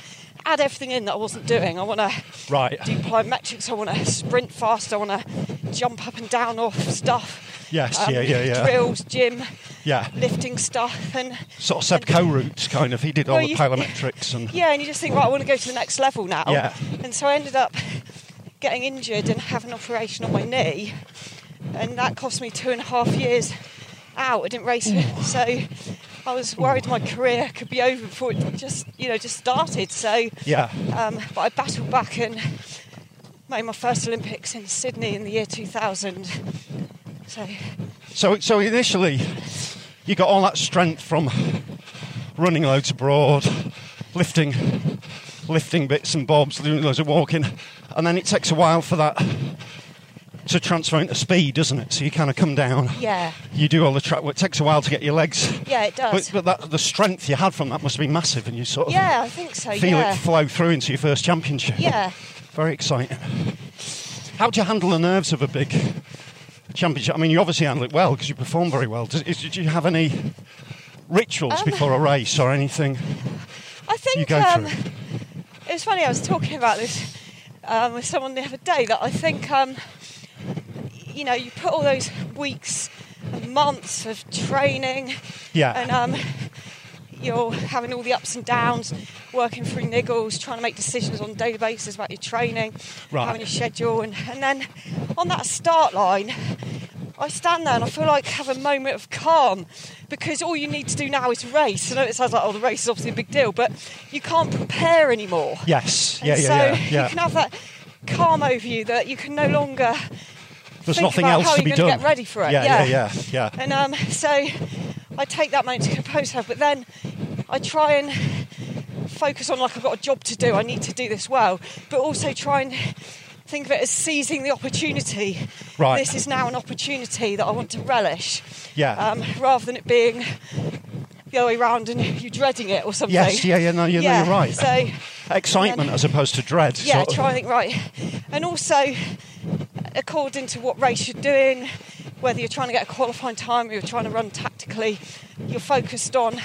[SPEAKER 4] add everything in that I wasn't doing. I want to
[SPEAKER 3] Right.
[SPEAKER 4] do plyometrics, I want to sprint fast, I want to jump up and down off stuff. Um,
[SPEAKER 3] Yes, yeah, yeah, yeah.
[SPEAKER 4] Drills, gym,
[SPEAKER 3] Yeah.
[SPEAKER 4] lifting stuff, and
[SPEAKER 3] Sort of Sebco routes, kind of. He did all
[SPEAKER 4] Well,
[SPEAKER 3] the
[SPEAKER 4] you-
[SPEAKER 3] plyometrics and.
[SPEAKER 4] Yeah, and you just think, right, I want to go to the next level now.
[SPEAKER 3] Yeah.
[SPEAKER 4] And so I ended up getting injured and having an operation on my knee, and that cost me two and a half years out. I didn't race, so I was worried my career could be over before it just, you know, just started. So,
[SPEAKER 3] Yeah.
[SPEAKER 4] um, but I battled back and made my first Olympics in Sydney in the year 2000. So,
[SPEAKER 3] So, so initially, you got all that strength from running loads abroad, lifting, lifting bits and bobs, doing loads of walking, and then it takes a while for that to transfer into speed, doesn't it? So you kind of come down.
[SPEAKER 4] yeah,
[SPEAKER 3] You do all the track. Well, it takes a while to get your legs.
[SPEAKER 4] yeah, it does.
[SPEAKER 3] But, but that, the strength you had from that must be massive, and you sort of
[SPEAKER 4] yeah, I think so.
[SPEAKER 3] feel
[SPEAKER 4] yeah.
[SPEAKER 3] it flow through into your first championship.
[SPEAKER 4] yeah.
[SPEAKER 3] Very exciting. How do you handle the nerves of a big championship? I mean, you obviously handle it well because you perform very well. Does, is, do you have any rituals
[SPEAKER 4] Um,
[SPEAKER 3] before a race or anything
[SPEAKER 4] I think
[SPEAKER 3] you go
[SPEAKER 4] um,
[SPEAKER 3] through?
[SPEAKER 4] It was funny. I was talking about this um, with someone the other day that I think, um, you know, you put all those weeks, and months of training,
[SPEAKER 3] Yeah.
[SPEAKER 4] and um, (laughs) you're having all the ups and downs, working through niggles, trying to make decisions on a daily basis about your training,
[SPEAKER 3] Right.
[SPEAKER 4] having your schedule, and, and then on that start line. I stand there and I feel like have a moment of calm because all you need to do now is race. I know it sounds like oh the race is obviously a big deal, but you can't prepare anymore.
[SPEAKER 3] Yes. Yeah,
[SPEAKER 4] And
[SPEAKER 3] yeah,
[SPEAKER 4] so
[SPEAKER 3] yeah. yeah.
[SPEAKER 4] (laughs) you can have that calm over you that you can no longer.
[SPEAKER 3] There's
[SPEAKER 4] think
[SPEAKER 3] nothing
[SPEAKER 4] about
[SPEAKER 3] else
[SPEAKER 4] how
[SPEAKER 3] to
[SPEAKER 4] you're
[SPEAKER 3] be
[SPEAKER 4] gonna
[SPEAKER 3] done.
[SPEAKER 4] get ready for it, (laughs)
[SPEAKER 3] Yeah, yeah,
[SPEAKER 4] yeah.
[SPEAKER 3] yeah. yeah.
[SPEAKER 4] And um, so I take that moment to compose her, but then I try and focus on like I've got a job to do, I need to do this well, but also try and think of it as seizing the opportunity.
[SPEAKER 3] Right.
[SPEAKER 4] This is now an opportunity that I want to relish.
[SPEAKER 3] Yeah.
[SPEAKER 4] Um, rather than it being the other way round and you dreading it or something.
[SPEAKER 3] Yes, yeah, yeah, no, you- no,
[SPEAKER 4] yeah.
[SPEAKER 3] you're right.
[SPEAKER 4] So
[SPEAKER 3] Excitement
[SPEAKER 4] then-
[SPEAKER 3] as opposed to dread.
[SPEAKER 4] yeah,
[SPEAKER 3] sort of.
[SPEAKER 4] try and think right. And also, according to what race you're doing, whether you're trying to get a qualifying time or you're trying to run tactically, you're focused on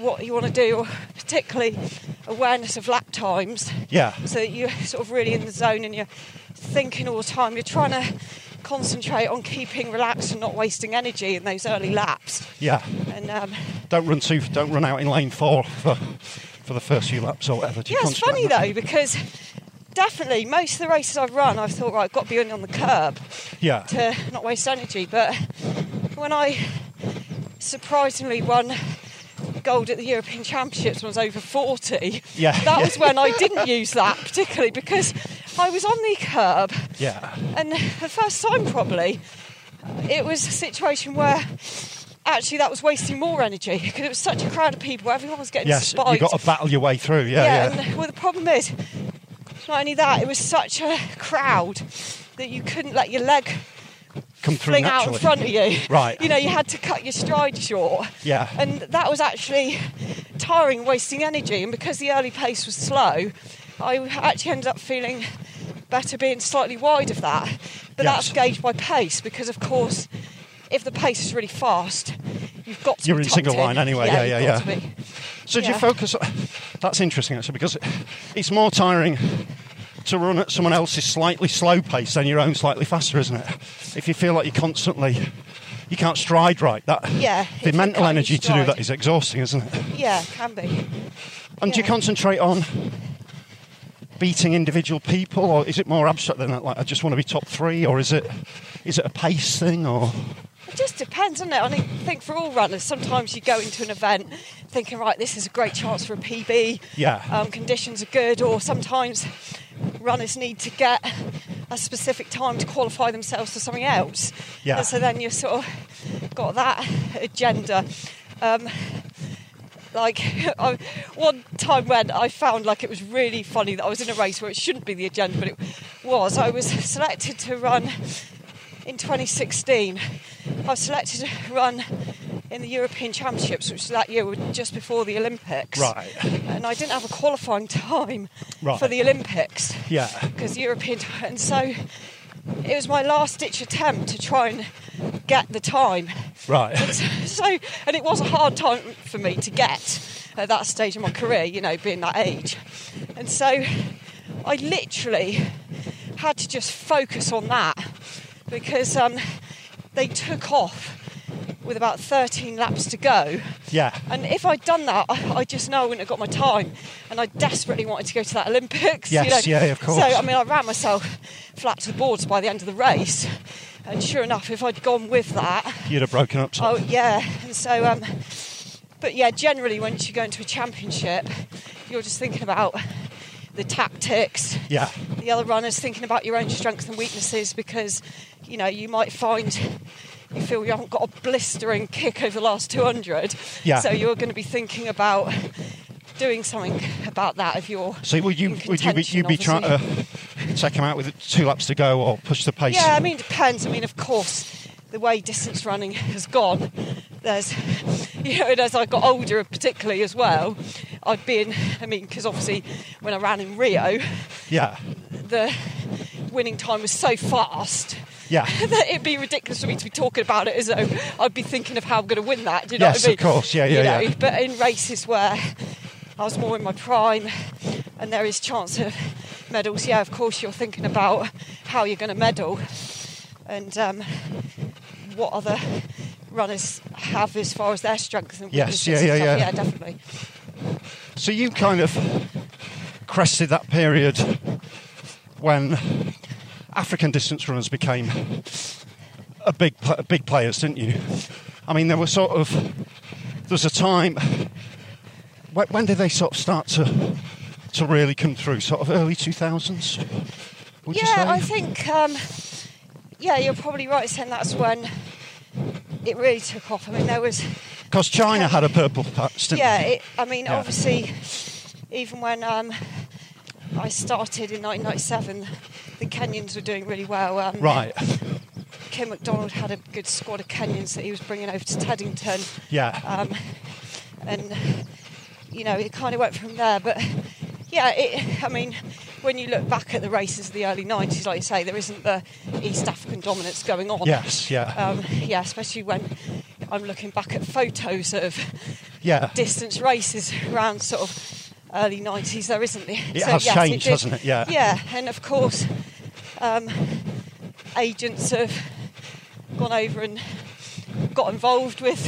[SPEAKER 4] what you want to do, particularly awareness of lap times.
[SPEAKER 3] Yeah.
[SPEAKER 4] So that you're sort of really in the zone and you're thinking all the time. You're trying to concentrate on keeping relaxed and not wasting energy in those early laps.
[SPEAKER 3] Yeah.
[SPEAKER 4] And um,
[SPEAKER 3] Don't run too. Don't run out in lane four for, for the first few laps or whatever. Do you
[SPEAKER 4] Yeah, it's funny
[SPEAKER 3] concentrate on
[SPEAKER 4] though because definitely most of the races I've run, I've thought right, I've got to be in on the curb
[SPEAKER 3] that? Yeah.
[SPEAKER 4] to not waste energy. But when I surprisingly won gold at the European Championships when I was over forty,
[SPEAKER 3] Yeah.
[SPEAKER 4] that was
[SPEAKER 3] (laughs)
[SPEAKER 4] when I didn't use that particularly because I was on the curb
[SPEAKER 3] Yeah.
[SPEAKER 4] and the first time probably it was a situation where. Actually, that was wasting more energy because it was such a crowd of people. Everyone was getting
[SPEAKER 3] Yes,
[SPEAKER 4] spiked
[SPEAKER 3] you got to battle your way through. Yeah,
[SPEAKER 4] yeah,
[SPEAKER 3] yeah.
[SPEAKER 4] And, well, the problem is, not only that, it was such a crowd that you couldn't let your leg
[SPEAKER 3] Come through
[SPEAKER 4] fling out in
[SPEAKER 3] naturally.
[SPEAKER 4] front of you.
[SPEAKER 3] (laughs) Right.
[SPEAKER 4] You know, you had to cut your stride short.
[SPEAKER 3] Yeah.
[SPEAKER 4] And that was actually tiring, wasting energy. And because the early pace was slow, I actually ended up feeling better being slightly wide of that. But
[SPEAKER 3] Yes.
[SPEAKER 4] that's gauged by pace because, of course, if the pace is really fast, you've got to
[SPEAKER 3] You're
[SPEAKER 4] be
[SPEAKER 3] in single
[SPEAKER 4] tucked
[SPEAKER 3] line anyway, yeah,
[SPEAKER 4] you've
[SPEAKER 3] yeah,
[SPEAKER 4] got
[SPEAKER 3] yeah.
[SPEAKER 4] to be.
[SPEAKER 3] So do you
[SPEAKER 4] yeah.
[SPEAKER 3] focus? That's interesting actually because it's more tiring to run at someone else's slightly slow pace than your own slightly faster, isn't it? If you feel like you're constantly, you can't stride right. That
[SPEAKER 4] Yeah, if
[SPEAKER 3] The
[SPEAKER 4] you
[SPEAKER 3] mental
[SPEAKER 4] can't
[SPEAKER 3] energy to do
[SPEAKER 4] stride.
[SPEAKER 3] that is exhausting, isn't it?
[SPEAKER 4] Yeah, can be.
[SPEAKER 3] And do you
[SPEAKER 4] Yeah.
[SPEAKER 3] concentrate on beating individual people, or is it more abstract than that? Like, I just want to be top three, or is it is it a pace thing, or
[SPEAKER 4] It just depends, doesn't it? I think- think for all runners, sometimes you go into an event thinking, right, this is a great chance for a PB.
[SPEAKER 3] Yeah.
[SPEAKER 4] Um, conditions are good, or sometimes runners need to get a specific time to qualify themselves for something else.
[SPEAKER 3] Yeah.
[SPEAKER 4] And so then you've sort of got that agenda. Um, like (laughs) I, one time when I found like it was really funny that I was in a race where it shouldn't be the agenda, but it was. I was selected to run in 2016. I was selected to run in the European Championships, which that year were just before the Olympics.
[SPEAKER 3] right?
[SPEAKER 4] And I didn't have a qualifying time
[SPEAKER 3] Right.
[SPEAKER 4] for the Olympics
[SPEAKER 3] Yeah,
[SPEAKER 4] because European. And so it was my last ditch attempt to try and get the time
[SPEAKER 3] right. (laughs)
[SPEAKER 4] (laughs) so and it was a hard time for me to get at that stage of my career you know being that age and so i literally had to just focus on that because um, they took off with about 13 laps to go
[SPEAKER 3] Yeah,
[SPEAKER 4] and if I'd done that, I, I just know I wouldn't have got my time. And I desperately wanted to go to that Olympics. you
[SPEAKER 3] Yes,
[SPEAKER 4] know.
[SPEAKER 3] yeah, of course.
[SPEAKER 4] So, I mean, I ran myself flat to the boards by the end of the race. And sure enough, if I'd gone with that,
[SPEAKER 3] you'd have broken up.
[SPEAKER 4] Oh
[SPEAKER 3] So.
[SPEAKER 4] yeah, and so um, but yeah, generally once you go into a championship, you're just thinking about the tactics.
[SPEAKER 3] Yeah,
[SPEAKER 4] The other runners thinking about your own strengths and weaknesses because you know you might find you feel you haven't got a blistering kick over the last 200.
[SPEAKER 3] Yeah.
[SPEAKER 4] So you're going to be thinking about doing something about that if you're.
[SPEAKER 3] So would you
[SPEAKER 4] in
[SPEAKER 3] would you be,
[SPEAKER 4] contention,
[SPEAKER 3] you be trying to take him out with two laps to go, or push the pace?
[SPEAKER 4] Yeah, I mean, it depends. I mean, of course, the way distance running has gone, there's, (laughs) you know, and as I got older, particularly as well, I'd been, I mean, because obviously when I ran in Rio,
[SPEAKER 3] yeah,
[SPEAKER 4] the winning time was so fast.
[SPEAKER 3] Yeah.
[SPEAKER 4] (laughs) that it'd be ridiculous for me to be talking about it as though I'd be thinking of how I'm going to win that. Do you know
[SPEAKER 3] Yes,
[SPEAKER 4] what I mean?
[SPEAKER 3] of course. Yeah,
[SPEAKER 4] You
[SPEAKER 3] yeah,
[SPEAKER 4] know,
[SPEAKER 3] yeah.
[SPEAKER 4] But in races where I was more in my prime and there is chance of medals, yeah, of course you're thinking about how you're going to medal and um, what other runners have as far as their strengths and
[SPEAKER 3] Yes,
[SPEAKER 4] weaknesses.
[SPEAKER 3] yeah,
[SPEAKER 4] and
[SPEAKER 3] yeah,
[SPEAKER 4] stuff.
[SPEAKER 3] yeah.
[SPEAKER 4] Yeah, definitely.
[SPEAKER 3] So you kind of crested that period when African distance runners became a big pl- big players, didn't you? I mean, there were sort of there was a time. When, when did they sort of start to to really come through? Sort of early two thousands. Would
[SPEAKER 4] yeah,
[SPEAKER 3] you say?
[SPEAKER 4] I think um, yeah, you're probably right in saying that's when it really took off. I mean, there was
[SPEAKER 3] Because China had a purple patch, didn't
[SPEAKER 4] yeah.
[SPEAKER 3] they?
[SPEAKER 4] It, I mean,
[SPEAKER 3] Yeah.
[SPEAKER 4] obviously, even when um, I started in 1997, the Kenyans were doing really well. Um,
[SPEAKER 3] Right.
[SPEAKER 4] Kim McDonald had a good squad of Kenyans that he was bringing over to Teddington.
[SPEAKER 3] Yeah.
[SPEAKER 4] Um, and you know, it kind of went from there. But yeah, it, I mean, when you look back at the races of the early 90s, like you say, there isn't the East African dominance going on.
[SPEAKER 3] yes. Yeah.
[SPEAKER 4] Um, yeah, especially when I'm looking back at photos of
[SPEAKER 3] yeah.
[SPEAKER 4] distance races around sort of early 90s there isn't the,
[SPEAKER 3] It has changed,
[SPEAKER 4] did.
[SPEAKER 3] hasn't it? Yeah.
[SPEAKER 4] yeah and of course um, agents have gone over and got involved with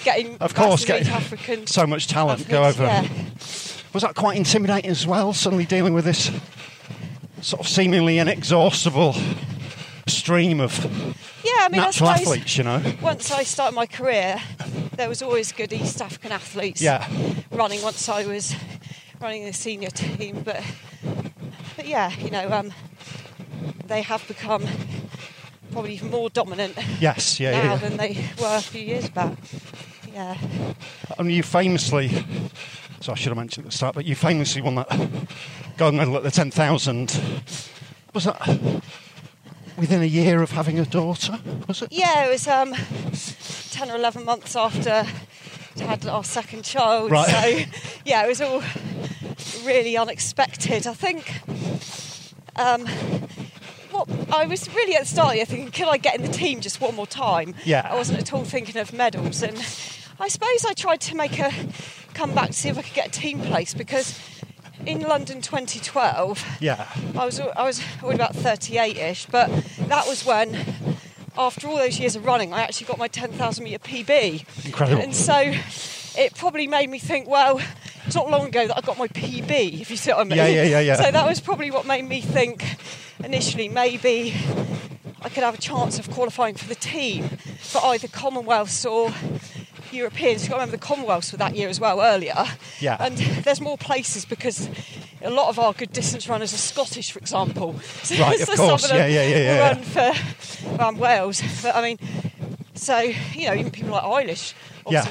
[SPEAKER 4] (laughs) getting
[SPEAKER 3] Of course,
[SPEAKER 4] get,
[SPEAKER 3] get-
[SPEAKER 4] African
[SPEAKER 3] so much talent go
[SPEAKER 4] athletes,
[SPEAKER 3] over.
[SPEAKER 4] yeah.
[SPEAKER 3] Was that quite intimidating as well? Suddenly dealing with this sort of seemingly inexhaustible stream of
[SPEAKER 4] yeah I mean I
[SPEAKER 3] natural
[SPEAKER 4] suppose
[SPEAKER 3] athletes, you know?
[SPEAKER 4] once I started my career there was always good East African athletes
[SPEAKER 3] Yeah.
[SPEAKER 4] running once I was running the senior team. But but yeah, you know, um, they have become probably even more dominant
[SPEAKER 3] Yes. Yeah.
[SPEAKER 4] now
[SPEAKER 3] yeah.
[SPEAKER 4] than they were a few years back. Yeah,
[SPEAKER 3] And you famously, so I should have mentioned at the start, but you famously won that gold medal at the 10,000. Was that within a year of having a daughter? Was it?
[SPEAKER 4] yeah, it was um, ten or eleven months after I had our second child.
[SPEAKER 3] Right.
[SPEAKER 4] So yeah, it was all really unexpected. I think. Um, what I was really at the start here thinking, could I get in the team just one more time?
[SPEAKER 3] Yeah.
[SPEAKER 4] I wasn't at all thinking of medals, and I suppose I tried to make a comeback to see if I could get a team place because in London 2012,
[SPEAKER 3] Yeah.
[SPEAKER 4] I was I was already about 38ish, but that was when after all those years of running, I actually got my 10,000 meter PB.
[SPEAKER 3] Incredible.
[SPEAKER 4] And so it probably made me think, well, it's not long ago that I got my PB, if you see what I mean.
[SPEAKER 3] Yeah, yeah, yeah, yeah.
[SPEAKER 4] So that was probably what made me think initially maybe I could have a chance of qualifying for the team for either Commonwealths or Europeans. You've got to remember the Commonwealths were that year as well earlier.
[SPEAKER 3] Yeah.
[SPEAKER 4] And there's more places because a lot of our good distance runners are Scottish, for example. (laughs) So
[SPEAKER 3] Right,
[SPEAKER 4] so
[SPEAKER 3] of course.
[SPEAKER 4] some of them
[SPEAKER 3] Yeah, yeah, yeah, yeah,
[SPEAKER 4] Run for um, Wales, but I mean, so you know, even people like Eilish obviously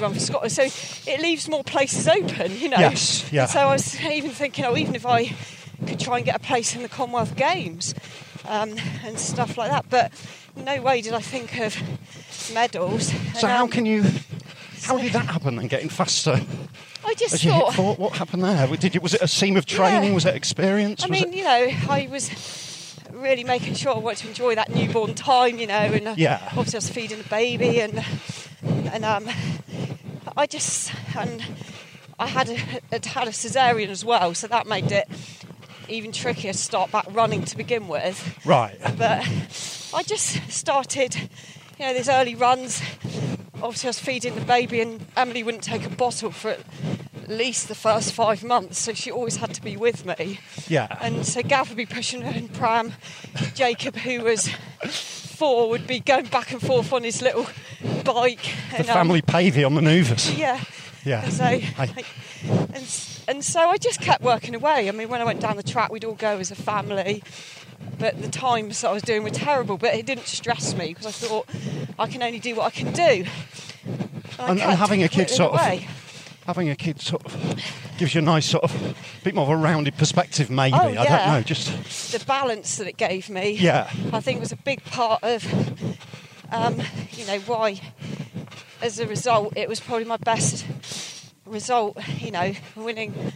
[SPEAKER 3] Yeah.
[SPEAKER 4] run for Scotland. So it leaves more places open, you know.
[SPEAKER 3] Yes, yeah.
[SPEAKER 4] And so I was (laughs) even thinking, oh, even if I could try and get a place in the Commonwealth Games um, and stuff like that, but no way did I think of medals.
[SPEAKER 3] So how
[SPEAKER 4] um,
[SPEAKER 3] can you? How
[SPEAKER 4] (laughs)
[SPEAKER 3] did that happen? Then getting faster
[SPEAKER 4] I just
[SPEAKER 3] as you hit
[SPEAKER 4] thought?
[SPEAKER 3] four? What happened there? Did you, was it a seam of training?
[SPEAKER 4] Yeah.
[SPEAKER 3] Was it experience?
[SPEAKER 4] I
[SPEAKER 3] was
[SPEAKER 4] mean,
[SPEAKER 3] it,
[SPEAKER 4] you know, I was really making sure I wanted to enjoy that newborn time, you know, and uh,
[SPEAKER 3] Yeah.
[SPEAKER 4] obviously I was feeding the baby and and um, I just and I had a, had had a cesarean as well, so that made it even trickier to start back running to begin with
[SPEAKER 3] right.
[SPEAKER 4] but I just started, you know, these early runs. Obviously, I was feeding the baby, and Emily wouldn't take a bottle for at least the first five months, so she always had to be with me.
[SPEAKER 3] Yeah.
[SPEAKER 4] And so Gav would be pushing her, and Pram, Jacob, who was four, would be going back and forth on his little bike. um,
[SPEAKER 3] the family pavy on manoeuvres.
[SPEAKER 4] Yeah.
[SPEAKER 3] Yeah.
[SPEAKER 4] And so, (laughs)
[SPEAKER 3] I-
[SPEAKER 4] and, s- and so I just kept working away. I mean, when I went down the track, we'd all go as a family. But the times that I was doing were terrible, but it didn't stress me because I thought I can only do what I can do. I
[SPEAKER 3] And- and
[SPEAKER 4] kept
[SPEAKER 3] having a kid
[SPEAKER 4] whittling
[SPEAKER 3] sort of-
[SPEAKER 4] away.
[SPEAKER 3] Having a kid sort of gives you a nice sort of bit more of a rounded perspective, maybe.
[SPEAKER 4] Oh,
[SPEAKER 3] I don't
[SPEAKER 4] yeah.
[SPEAKER 3] know. Just
[SPEAKER 4] the balance that it gave me,
[SPEAKER 3] Yeah.
[SPEAKER 4] I think was a big part of, um, you know, why. As a result, it was probably my best result. You know, winning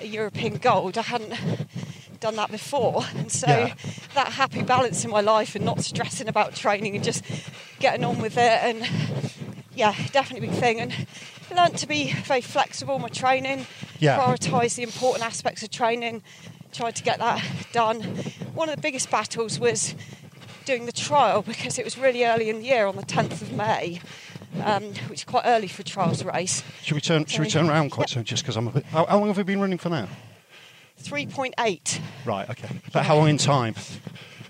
[SPEAKER 4] a European gold. I hadn't done that before, and so
[SPEAKER 3] Yeah.
[SPEAKER 4] that happy balance in my life and not stressing about training and just getting on with it and yeah, definitely big thing. And learnt to be very flexible in my training,
[SPEAKER 3] Yeah.
[SPEAKER 4] prioritise the important aspects of training, tried to get that done. One of the biggest battles was doing the trial because it was really early in the year on the 10th of May, um, which is quite early for a trials race.
[SPEAKER 3] should we turn? Should we turn around quite soon? Just because I'm a bit. How, how long have we been running for now?
[SPEAKER 4] 3.8,
[SPEAKER 3] Right. Okay. But how long in time?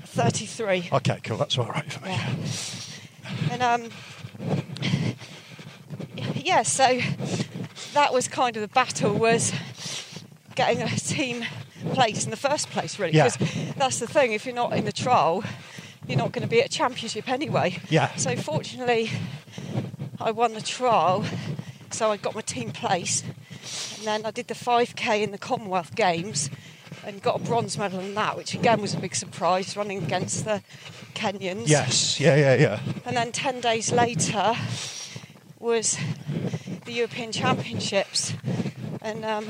[SPEAKER 4] 33.
[SPEAKER 3] Okay. Cool. That's all right for me.
[SPEAKER 4] Yeah. And um, yeah, so that was kind of the battle was getting a team place in the first place, really.
[SPEAKER 3] Yeah.
[SPEAKER 4] Because that's the thing, if you're not in the trial, you're not going to be at a championship anyway.
[SPEAKER 3] Yeah.
[SPEAKER 4] So fortunately, I won the trial, so I got my team place. And then I did the 5k in the Commonwealth Games and got a bronze medal in that, which again was a big surprise running against the Kenyans.
[SPEAKER 3] Yes, yeah, yeah, yeah.
[SPEAKER 4] And then 10 days later was the European Championships. And um,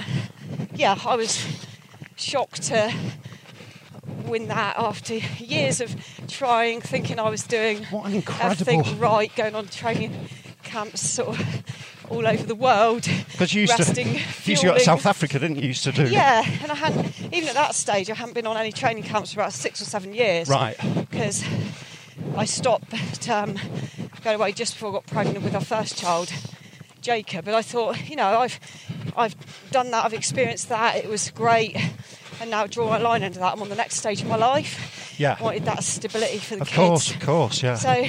[SPEAKER 4] yeah, I was shocked to win that after years of trying, thinking I was doing
[SPEAKER 3] What an incredible.
[SPEAKER 4] everything right, going on training camps sort of all over the world.
[SPEAKER 3] Because you used
[SPEAKER 4] resting,
[SPEAKER 3] to, you used to go to
[SPEAKER 4] fueling.
[SPEAKER 3] South Africa, didn't you? you Used to do.
[SPEAKER 4] Yeah, and I hadn't, even at that stage, I hadn't been on any training camps for about six or seven years.
[SPEAKER 3] Right.
[SPEAKER 4] Because I stopped um, going away just before I got pregnant with our first child, Jacob. But I thought, you know, I've, I've done that, I've experienced that, it was great. And now draw a line under that. I'm on the next stage of my life.
[SPEAKER 3] Yeah.
[SPEAKER 4] I wanted that stability for the
[SPEAKER 3] Of
[SPEAKER 4] kids.
[SPEAKER 3] course, of course, yeah. So,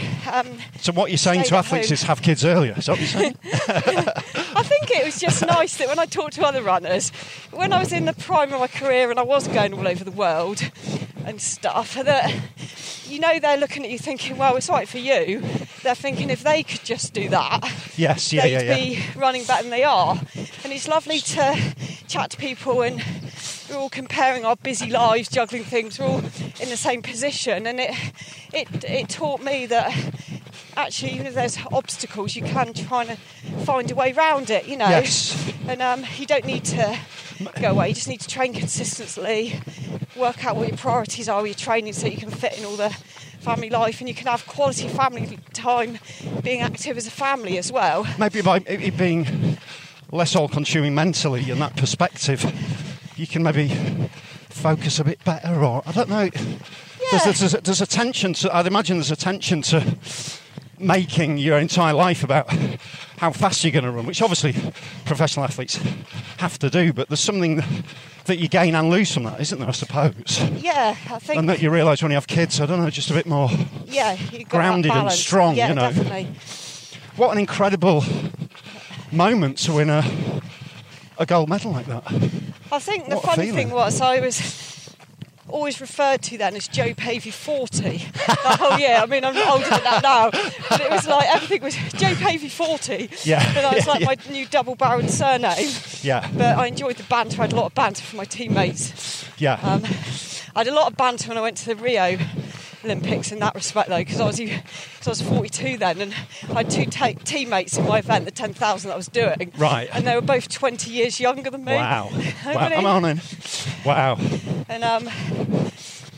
[SPEAKER 4] So um,
[SPEAKER 3] what you're saying
[SPEAKER 4] stayed
[SPEAKER 3] to
[SPEAKER 4] at
[SPEAKER 3] athletes
[SPEAKER 4] home.
[SPEAKER 3] is have kids earlier. Is that what you're saying?
[SPEAKER 4] (laughs) I think it was just nice that when I talked to other runners, when I was in the prime of my career and I was going all over the world and stuff, that you know they're looking at you thinking, well, it's right for you. They're thinking if they could just do that,
[SPEAKER 3] yes, yeah,
[SPEAKER 4] they'd
[SPEAKER 3] yeah, yeah.
[SPEAKER 4] be running better than they are. And it's lovely to chat to people and we're all comparing our busy lives, juggling things. We're all in the same position, and it it it taught me that actually, even if there's obstacles, you can try and find a way round it. You know.
[SPEAKER 3] Yes.
[SPEAKER 4] And um, you don't need to go away. You just need to train consistently, work out what your priorities are with your training, so you can fit in all the family life, and you can have quality family time, being active as a family as well.
[SPEAKER 3] Maybe by it it being less all-consuming mentally in that perspective, you can maybe focus a bit better, or I don't know. There's,
[SPEAKER 4] Yeah.
[SPEAKER 3] there's, there's, a, there's a tension to. I'd imagine there's a tension to making your entire life about how fast you're going to run, which obviously professional athletes have to do. But there's something that you gain and lose from that, isn't there? I suppose.
[SPEAKER 4] Yeah, I think.
[SPEAKER 3] And that you realise when you have kids, I don't know, just a bit more.
[SPEAKER 4] yeah, you've got that
[SPEAKER 3] grounded and
[SPEAKER 4] balance.
[SPEAKER 3] strong,
[SPEAKER 4] Yeah,
[SPEAKER 3] you know.
[SPEAKER 4] definitely.
[SPEAKER 3] What an incredible moment to win a, a gold medal like that.
[SPEAKER 4] I think the
[SPEAKER 3] What a
[SPEAKER 4] funny
[SPEAKER 3] feeling.
[SPEAKER 4] thing was I was always referred to then as Joe Pavey 40. That whole year. I mean, I'm older than that now. But it was like everything was Joe Pavey 40.
[SPEAKER 3] Yeah,
[SPEAKER 4] And I
[SPEAKER 3] (laughs)
[SPEAKER 4] was
[SPEAKER 3] yeah,
[SPEAKER 4] like my new double barreled surname.
[SPEAKER 3] Yeah,
[SPEAKER 4] But I enjoyed the banter. I had a lot of banter from my teammates.
[SPEAKER 3] yeah.
[SPEAKER 4] Um, I had a lot of banter when I went to the Rio Olympics in that respect, though, because I was because I was 42 then, and I had two ta teammates in my event, the 10,000 that I was doing.
[SPEAKER 3] Right.
[SPEAKER 4] And they were both 20 years younger than me. (laughs)
[SPEAKER 3] wow.
[SPEAKER 4] How
[SPEAKER 3] wow.
[SPEAKER 4] many?
[SPEAKER 3] Come on in. Wow.
[SPEAKER 4] And um,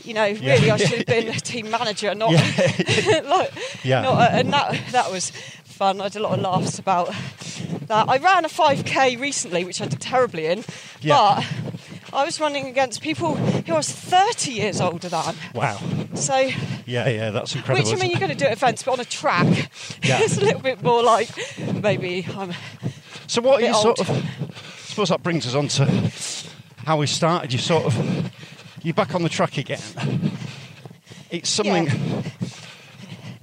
[SPEAKER 4] you know,
[SPEAKER 3] Yeah.
[SPEAKER 4] really, I should
[SPEAKER 3] (laughs)
[SPEAKER 4] have been a team manager, not (laughs) like,
[SPEAKER 3] Yeah.
[SPEAKER 4] not, uh, and that that was fun. I had a lot of laughs about that. I ran a 5k recently, which I did terribly in,
[SPEAKER 3] Yeah.
[SPEAKER 4] but I was running against people who I was 30 years older than.
[SPEAKER 3] Wow.
[SPEAKER 4] So
[SPEAKER 3] Yeah, yeah, that's incredible.
[SPEAKER 4] which I
[SPEAKER 3] isn't
[SPEAKER 4] mean,
[SPEAKER 3] it?
[SPEAKER 4] you're going to do at events, but on a track, (laughs)
[SPEAKER 3] Yeah.
[SPEAKER 4] it's a little bit more like maybe I'm.
[SPEAKER 3] so, what are
[SPEAKER 4] bit
[SPEAKER 3] you sort
[SPEAKER 4] old.
[SPEAKER 3] of. I suppose that brings us on to how we started. You sort of. You're back on the track again. It's something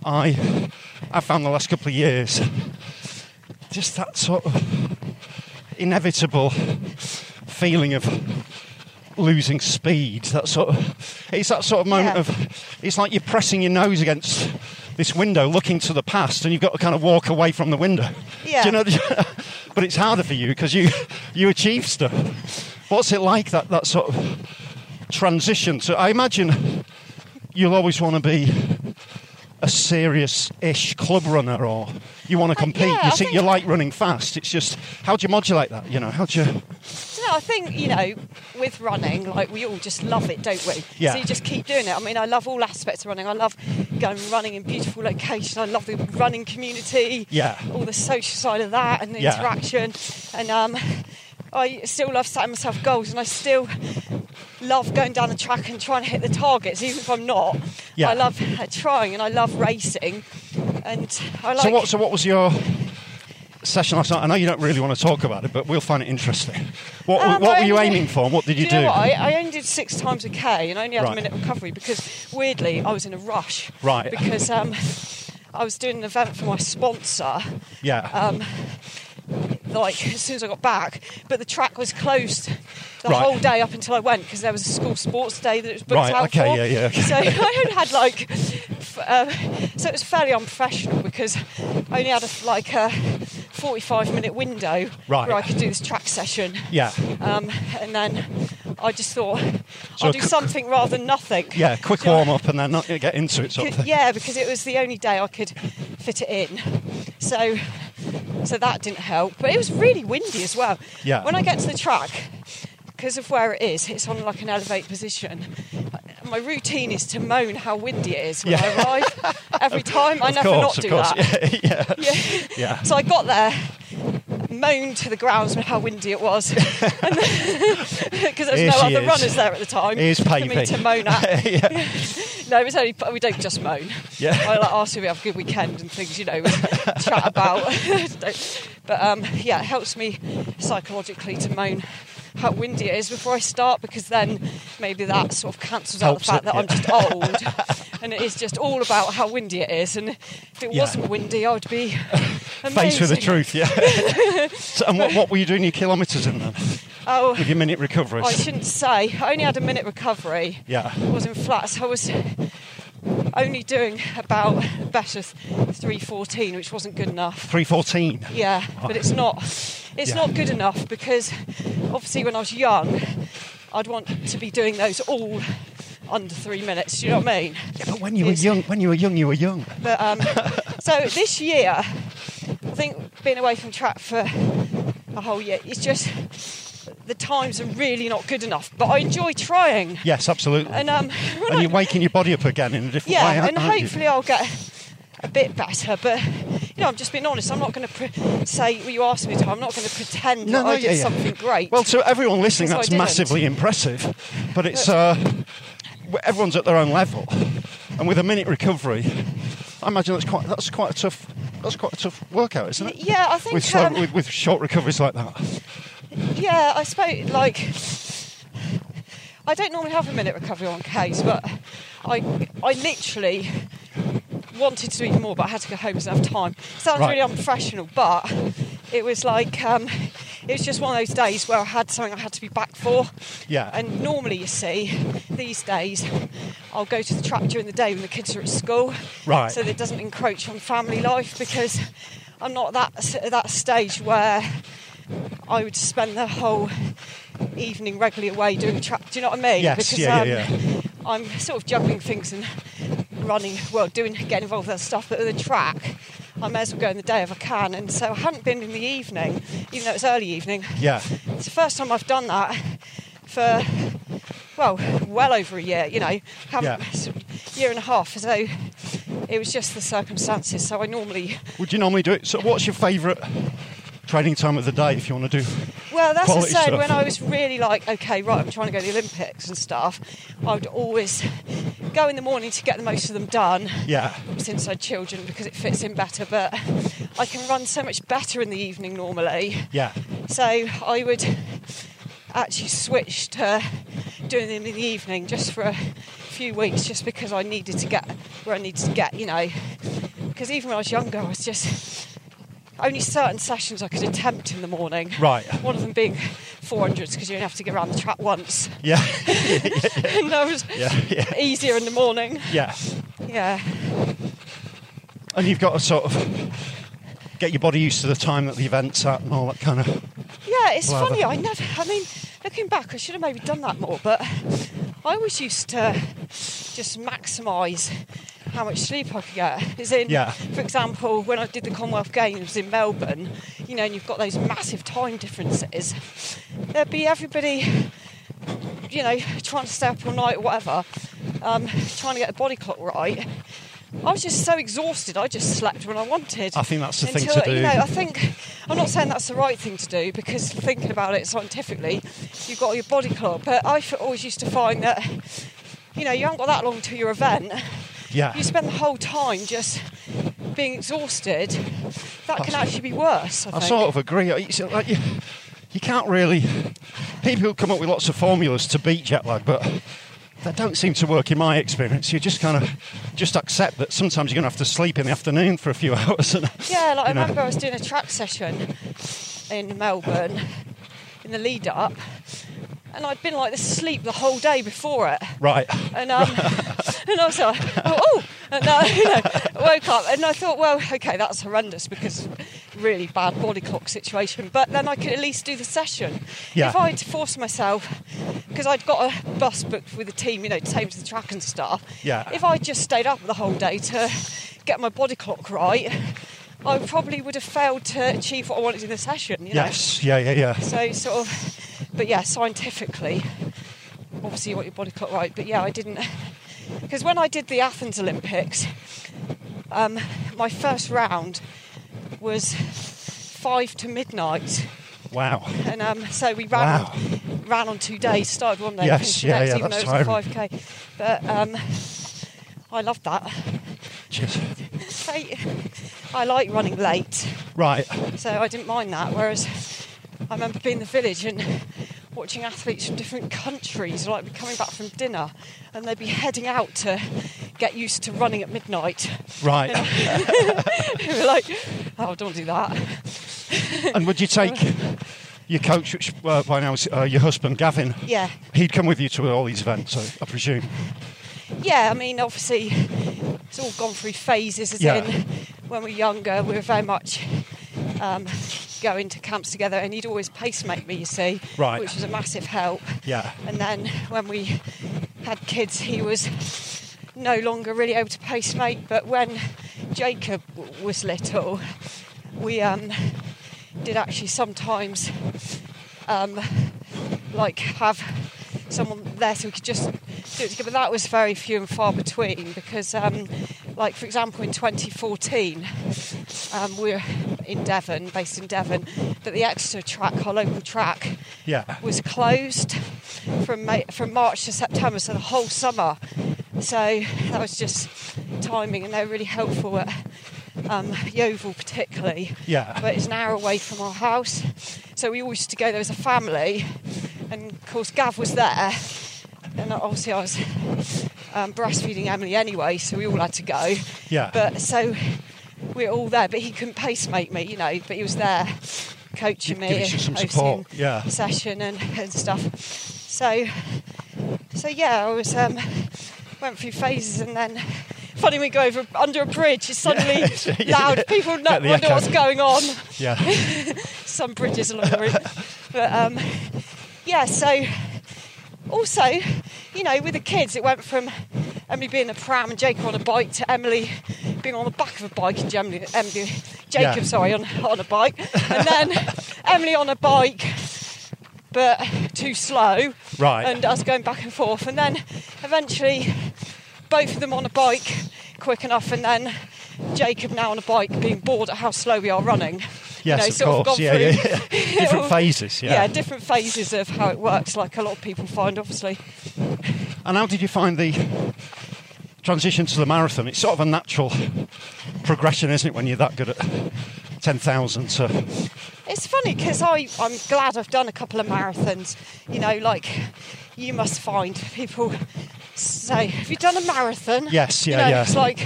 [SPEAKER 3] I I found the last couple of years. Just that sort of inevitable feeling of losing speed. That sort of it's that sort of moment
[SPEAKER 4] Yeah.
[SPEAKER 3] of it's like you're pressing your nose against this window, looking to the past, and you've got to kind of walk away from the window.
[SPEAKER 4] Yeah.
[SPEAKER 3] Do you know? (laughs) but it's harder for you because you you achieve stuff. What's it like that that sort of transition? So I imagine you'll always want to be a serious-ish club runner, or you want to compete.
[SPEAKER 4] Uh, yeah,
[SPEAKER 3] you
[SPEAKER 4] I
[SPEAKER 3] see,
[SPEAKER 4] think-
[SPEAKER 3] you like running fast. It's just how do you modulate that? You know, how do you?
[SPEAKER 4] No, I think you know, with running, like we all just love it, don't we?
[SPEAKER 3] Yeah.
[SPEAKER 4] So you just keep doing it. I mean, I love all aspects of running. I love going running in beautiful locations. I love the running community.
[SPEAKER 3] Yeah.
[SPEAKER 4] All the social side of that and the
[SPEAKER 3] Yeah.
[SPEAKER 4] interaction, and um, I still love setting myself goals, and I still love going down the track and trying to hit the targets, even if I'm not.
[SPEAKER 3] Yeah.
[SPEAKER 4] I love uh, trying, and I love racing, and I like.
[SPEAKER 3] so what? So what was your session last night? I know you don't really want to talk about it, but we'll find it interesting. What,
[SPEAKER 4] Um,
[SPEAKER 3] what
[SPEAKER 4] I
[SPEAKER 3] were you
[SPEAKER 4] only-
[SPEAKER 3] aiming for? And what did you do?
[SPEAKER 4] you know what? I, I only did six times a K and I only had
[SPEAKER 3] Right.
[SPEAKER 4] a minute recovery because weirdly I was in a rush.
[SPEAKER 3] Right.
[SPEAKER 4] Because um, (laughs) I was doing an event for my sponsor,
[SPEAKER 3] yeah.
[SPEAKER 4] um, like (laughs) as soon as I got back, but the track was closed the
[SPEAKER 3] Right.
[SPEAKER 4] whole day up until (laughs) I went because there was a school sports day that it was booked
[SPEAKER 3] Right,
[SPEAKER 4] out
[SPEAKER 3] okay,
[SPEAKER 4] for.
[SPEAKER 3] yeah, yeah, okay.
[SPEAKER 4] So I only had like off. Um, so it was fairly unprofessional because I only had a, like a 45 minute window
[SPEAKER 3] Right.
[SPEAKER 4] where I could do this track session.
[SPEAKER 3] Yeah.
[SPEAKER 4] Um, and then I just thought
[SPEAKER 3] So
[SPEAKER 4] I'll
[SPEAKER 3] a
[SPEAKER 4] do
[SPEAKER 3] quick-
[SPEAKER 4] something rather than nothing.
[SPEAKER 3] Yeah, quick warm up and then not get into it sort of
[SPEAKER 4] Could-
[SPEAKER 3] thing.
[SPEAKER 4] yeah, because it was the only day I could fit it in. So so that didn't help. But it was really windy as well.
[SPEAKER 3] Yeah.
[SPEAKER 4] When I get to the track, because of where it is, it's on like an elevate position. My routine is to moan how windy it is when
[SPEAKER 3] Yeah.
[SPEAKER 4] I arrive every time.
[SPEAKER 3] (laughs)
[SPEAKER 4] I
[SPEAKER 3] Of
[SPEAKER 4] never
[SPEAKER 3] course,
[SPEAKER 4] not do
[SPEAKER 3] of course.
[SPEAKER 4] that.
[SPEAKER 3] Yeah, yeah.
[SPEAKER 4] Yeah.
[SPEAKER 3] yeah.
[SPEAKER 4] So I got there, moaned to the grounds how windy it
[SPEAKER 3] (laughs)
[SPEAKER 4] was, (laughs) because there
[SPEAKER 3] Here she
[SPEAKER 4] was no other
[SPEAKER 3] is.
[SPEAKER 4] runners there at the time
[SPEAKER 3] Here's
[SPEAKER 4] for
[SPEAKER 3] Pavey.
[SPEAKER 4] me to
[SPEAKER 3] (laughs)
[SPEAKER 4] moan
[SPEAKER 3] (laughs)
[SPEAKER 4] at.
[SPEAKER 3] yeah.
[SPEAKER 4] No, it's only we don't just moan.
[SPEAKER 3] Yeah.
[SPEAKER 4] I like ask if we have a good weekend and things, you know, we chat about. (laughs) Don't- but um, yeah, it helps me psychologically to moan how windy it is before I start because then maybe that sort of cancels out
[SPEAKER 3] Helps
[SPEAKER 4] the fact
[SPEAKER 3] it,
[SPEAKER 4] that I'm just old and it is just all about how windy it is. And if it
[SPEAKER 3] Yeah.
[SPEAKER 4] wasn't windy, I would be (laughs)
[SPEAKER 3] (laughs)
[SPEAKER 4] amazing.
[SPEAKER 3] Face with the truth, yeah.
[SPEAKER 4] (laughs)
[SPEAKER 3] so, and what, what were you doing your kilometres in then?
[SPEAKER 4] Oh,
[SPEAKER 3] With your minute recoveries?
[SPEAKER 4] I shouldn't say. I only had a minute recovery.
[SPEAKER 3] Yeah.
[SPEAKER 4] I was in flats. I was only doing about a better 314, which wasn't good enough.
[SPEAKER 3] 314.
[SPEAKER 4] Yeah, but it's not. It's
[SPEAKER 3] Yeah.
[SPEAKER 4] not good enough because obviously when I was young, I'd want to be doing those all under three minutes. Do you know what I mean?
[SPEAKER 3] But when you were
[SPEAKER 4] It's-
[SPEAKER 3] young, when you were young, you were young. (laughs)
[SPEAKER 4] But um, so this year, I think being away from track for a whole year, it's just the times are really not good enough. But I enjoy trying.
[SPEAKER 3] Yes, absolutely.
[SPEAKER 4] And um, when
[SPEAKER 3] And
[SPEAKER 4] I-
[SPEAKER 3] you're waking your body up again in a different
[SPEAKER 4] yeah,
[SPEAKER 3] way. aren't-
[SPEAKER 4] and
[SPEAKER 3] aren't you?
[SPEAKER 4] hopefully I'll get a bit better. But you know, I'm just being honest. I'm not going to pre- say well, you asked me to. I'm not going to pretend that I did
[SPEAKER 3] yeah, yeah.
[SPEAKER 4] something great.
[SPEAKER 3] Well, to everyone listening,
[SPEAKER 4] Because I
[SPEAKER 3] that's
[SPEAKER 4] didn't.
[SPEAKER 3] massively impressive, but it's uh, w- everyone's at their own level, and with a minute recovery, I imagine that's quite that's quite a tough that's quite a tough workout, isn't it?
[SPEAKER 4] yeah, I think
[SPEAKER 3] With, slow,
[SPEAKER 4] um,
[SPEAKER 3] with, with short recoveries like that,
[SPEAKER 4] yeah, I suppose like I don't normally have a minute recovery on case, but I I literally wanted to eat more, but I had to go home because I didn't have time. Sounds
[SPEAKER 3] Right.
[SPEAKER 4] really unprofessional, but it was like um, it was just one of those days where I had something I had to be back for.
[SPEAKER 3] Yeah.
[SPEAKER 4] And normally, you see, these days I'll go to the track during the day when the kids are at school,
[SPEAKER 3] Right.
[SPEAKER 4] So that it doesn't encroach on family life because I'm not that at that stage where I would spend the whole evening regularly away doing track. Do you know what I mean?
[SPEAKER 3] Yes,
[SPEAKER 4] because
[SPEAKER 3] yeah,
[SPEAKER 4] um,
[SPEAKER 3] yeah,
[SPEAKER 4] I'm sort of juggling things and running, well, doing, getting involved with other stuff. But with the track, I may as well go in the day if I can. And so I hadn't been in the evening, even though it's early evening.
[SPEAKER 3] yeah,
[SPEAKER 4] It's the first time I've done that for well, well over a year. You know, haven't
[SPEAKER 3] Yeah.
[SPEAKER 4] sort of year and a half. So it was just the circumstances. So I normally
[SPEAKER 3] Would you normally do it? So, what's your favourite training time of the day if you want to do?
[SPEAKER 4] Well, that's the
[SPEAKER 3] quality
[SPEAKER 4] same.
[SPEAKER 3] stuff.
[SPEAKER 4] When I was really like, okay, right, I'm trying to go to the Olympics and stuff, I would always go in the morning to get the most of them done
[SPEAKER 3] Yeah,
[SPEAKER 4] since I had children because it fits in better. But I can run so much better in the evening normally.
[SPEAKER 3] yeah,
[SPEAKER 4] So I would actually switch to doing them in the evening just for a few weeks, just because I needed to get where I needed to get, you know. Because even when I was younger, I was just only certain sessions I could attempt in the morning.
[SPEAKER 3] Right.
[SPEAKER 4] One of them being 400s because you only have to get around the track once, (laughs)
[SPEAKER 3] yeah, (laughs)
[SPEAKER 4] and that was
[SPEAKER 3] yeah, yeah,
[SPEAKER 4] easier in the morning.
[SPEAKER 3] yeah.
[SPEAKER 4] Yeah.
[SPEAKER 3] And you've got to sort of get your body used to the time that the event's at and all that kind of.
[SPEAKER 4] Yeah, it's
[SPEAKER 3] Well,
[SPEAKER 4] funny.
[SPEAKER 3] that-
[SPEAKER 4] I never. I mean, looking back, I should have maybe done that more. But I always used to just maximise how much sleep I could get. As in,
[SPEAKER 3] Yeah.
[SPEAKER 4] for example, when I did the Commonwealth Games in Melbourne, you know, and you've got those massive time differences, there'd be everybody, you know, trying to stay up all night or whatever, um, trying to get the body clock right. I was just so exhausted. I just slept when I wanted.
[SPEAKER 3] I think that's the thing
[SPEAKER 4] Until,
[SPEAKER 3] to
[SPEAKER 4] You
[SPEAKER 3] do.
[SPEAKER 4] know, I think I'm not saying that's the right thing to do because thinking about it scientifically, you've got your body clock. But I f- always used to find that you know you haven't got that long to your event.
[SPEAKER 3] Yeah.
[SPEAKER 4] You spend the whole time just being exhausted. That can actually be worse. I,
[SPEAKER 3] I
[SPEAKER 4] think.
[SPEAKER 3] sort of agree. It's like you, you can't really. People come up with lots of formulas to beat jet lag, but they don't seem to work in my experience. You just kind of just accept that sometimes you're going to have to sleep in the afternoon for a few (laughs) hours. And,
[SPEAKER 4] Yeah, like I
[SPEAKER 3] you know.
[SPEAKER 4] remember I was doing a track session in Melbourne in the lead up, and I'd been like this sleep the whole day before it.
[SPEAKER 3] Right.
[SPEAKER 4] And um, (laughs) and I was like, oh, oh. and I (laughs) you know, woke up and I thought, well, okay, that's horrendous because really bad body clock situation. But then I could at least do the session
[SPEAKER 3] Yeah.
[SPEAKER 4] if I'd forced myself because I'd got a bus booked with the team, you know, to take me to the track and stuff.
[SPEAKER 3] Yeah.
[SPEAKER 4] If I'd just stayed up the whole day to get my body clock right. I probably would have failed to achieve what I wanted in the session. You know?
[SPEAKER 3] Yes, yeah, yeah, yeah.
[SPEAKER 4] So sort of, but yeah, scientifically, obviously you want your body clock right. But yeah, I didn't because when I did the Athens Olympics, um, my first round was five to midnight,
[SPEAKER 3] Wow.
[SPEAKER 4] and um, so we ran
[SPEAKER 3] Wow.
[SPEAKER 4] ran on two days, started one day,
[SPEAKER 3] Yes,
[SPEAKER 4] finished the
[SPEAKER 3] yeah,
[SPEAKER 4] next,
[SPEAKER 3] yeah,
[SPEAKER 4] even though
[SPEAKER 3] that's
[SPEAKER 4] it was a
[SPEAKER 3] tiring.
[SPEAKER 4] five k. But um, I love that.
[SPEAKER 3] Jeez.
[SPEAKER 4] I, I like running late.
[SPEAKER 3] Right.
[SPEAKER 4] So I didn't mind that. Whereas I remember being in the village and watching athletes from different countries like be coming back from dinner and they'd be heading out to get used to running at midnight. (laughs)
[SPEAKER 3] Right.
[SPEAKER 4] we were like, oh, don't do that.
[SPEAKER 3] and would you take your coach, which uh, by now is uh, your husband, Gavin?
[SPEAKER 4] Yeah.
[SPEAKER 3] He'd come with you to all these events, I, I presume.
[SPEAKER 4] Yeah, I mean, obviously, it's all gone through phases. As
[SPEAKER 3] Yeah.
[SPEAKER 4] in, when we were younger, we were very much um, going to camps together, and he'd always pacemate me, you see,
[SPEAKER 3] Right.
[SPEAKER 4] which was a massive help.
[SPEAKER 3] Yeah.
[SPEAKER 4] And then when we had kids, he was no longer really able to pacemate. But when Jacob w- was little, we um, did actually sometimes um, like have someone there so we could just do it together. But that was very few and far between because, um, like for example, in 2014, um, we were in Devon, based in Devon, but the Exeter track, our local track,
[SPEAKER 3] Yeah.
[SPEAKER 4] was closed from Ma- from March to September, so the whole summer. So that was just timing, and they were really helpful at um, Yeovil particularly.
[SPEAKER 3] Yeah.
[SPEAKER 4] But it's an hour away from our house, so we all used to go there as a family, and of course Gav was there, and obviously I was um, breastfeeding Emily anyway, so we all had to go.
[SPEAKER 3] Yeah.
[SPEAKER 4] But so we were all there, but he couldn't pacemate me, you know, but he was there coaching me,
[SPEAKER 3] Give- give us some
[SPEAKER 4] overseeing
[SPEAKER 3] support, yeah.
[SPEAKER 4] session and, and stuff. So, so yeah, I was um, went through phases, and then funny we go over under a bridge.
[SPEAKER 3] (laughs)
[SPEAKER 4] It's suddenly loud. People no,
[SPEAKER 3] Get the
[SPEAKER 4] wonder
[SPEAKER 3] echo.
[SPEAKER 4] what's going on. (laughs)
[SPEAKER 3] Yeah.
[SPEAKER 4] Some bridges along the route,
[SPEAKER 3] (laughs)
[SPEAKER 4] but um, yeah. So also, you know, with the kids, it went from Emily being a pram and Jacob on a bike to Emily being on the back of a bike and Emily, Emily Jacob,
[SPEAKER 3] Yeah.
[SPEAKER 4] sorry, on, on a bike,
[SPEAKER 3] (laughs)
[SPEAKER 4] and then Emily on a bike, but too slow.
[SPEAKER 3] Right.
[SPEAKER 4] And us going back and forth, and then eventually both of them on a bike quick enough, and then Jacob now on a bike being bored at how slow we are running. You know,
[SPEAKER 3] Yes,
[SPEAKER 4] sort
[SPEAKER 3] of
[SPEAKER 4] gone
[SPEAKER 3] course. yeah,
[SPEAKER 4] through-
[SPEAKER 3] yeah,
[SPEAKER 4] (laughs)
[SPEAKER 3] yeah. Different phases.
[SPEAKER 4] yeah, different phases of how it works, like a lot of people find, obviously.
[SPEAKER 3] And how did you find the transition to the marathon? It's sort of a natural progression, isn't it, when you're that good at 10,000 to.
[SPEAKER 4] It's funny because I'm glad I've done a couple of marathons. You know, like you must find people say, Have you done a marathon?
[SPEAKER 3] Yes,
[SPEAKER 4] You
[SPEAKER 3] yeah,
[SPEAKER 4] know,
[SPEAKER 3] yeah.
[SPEAKER 4] It's like.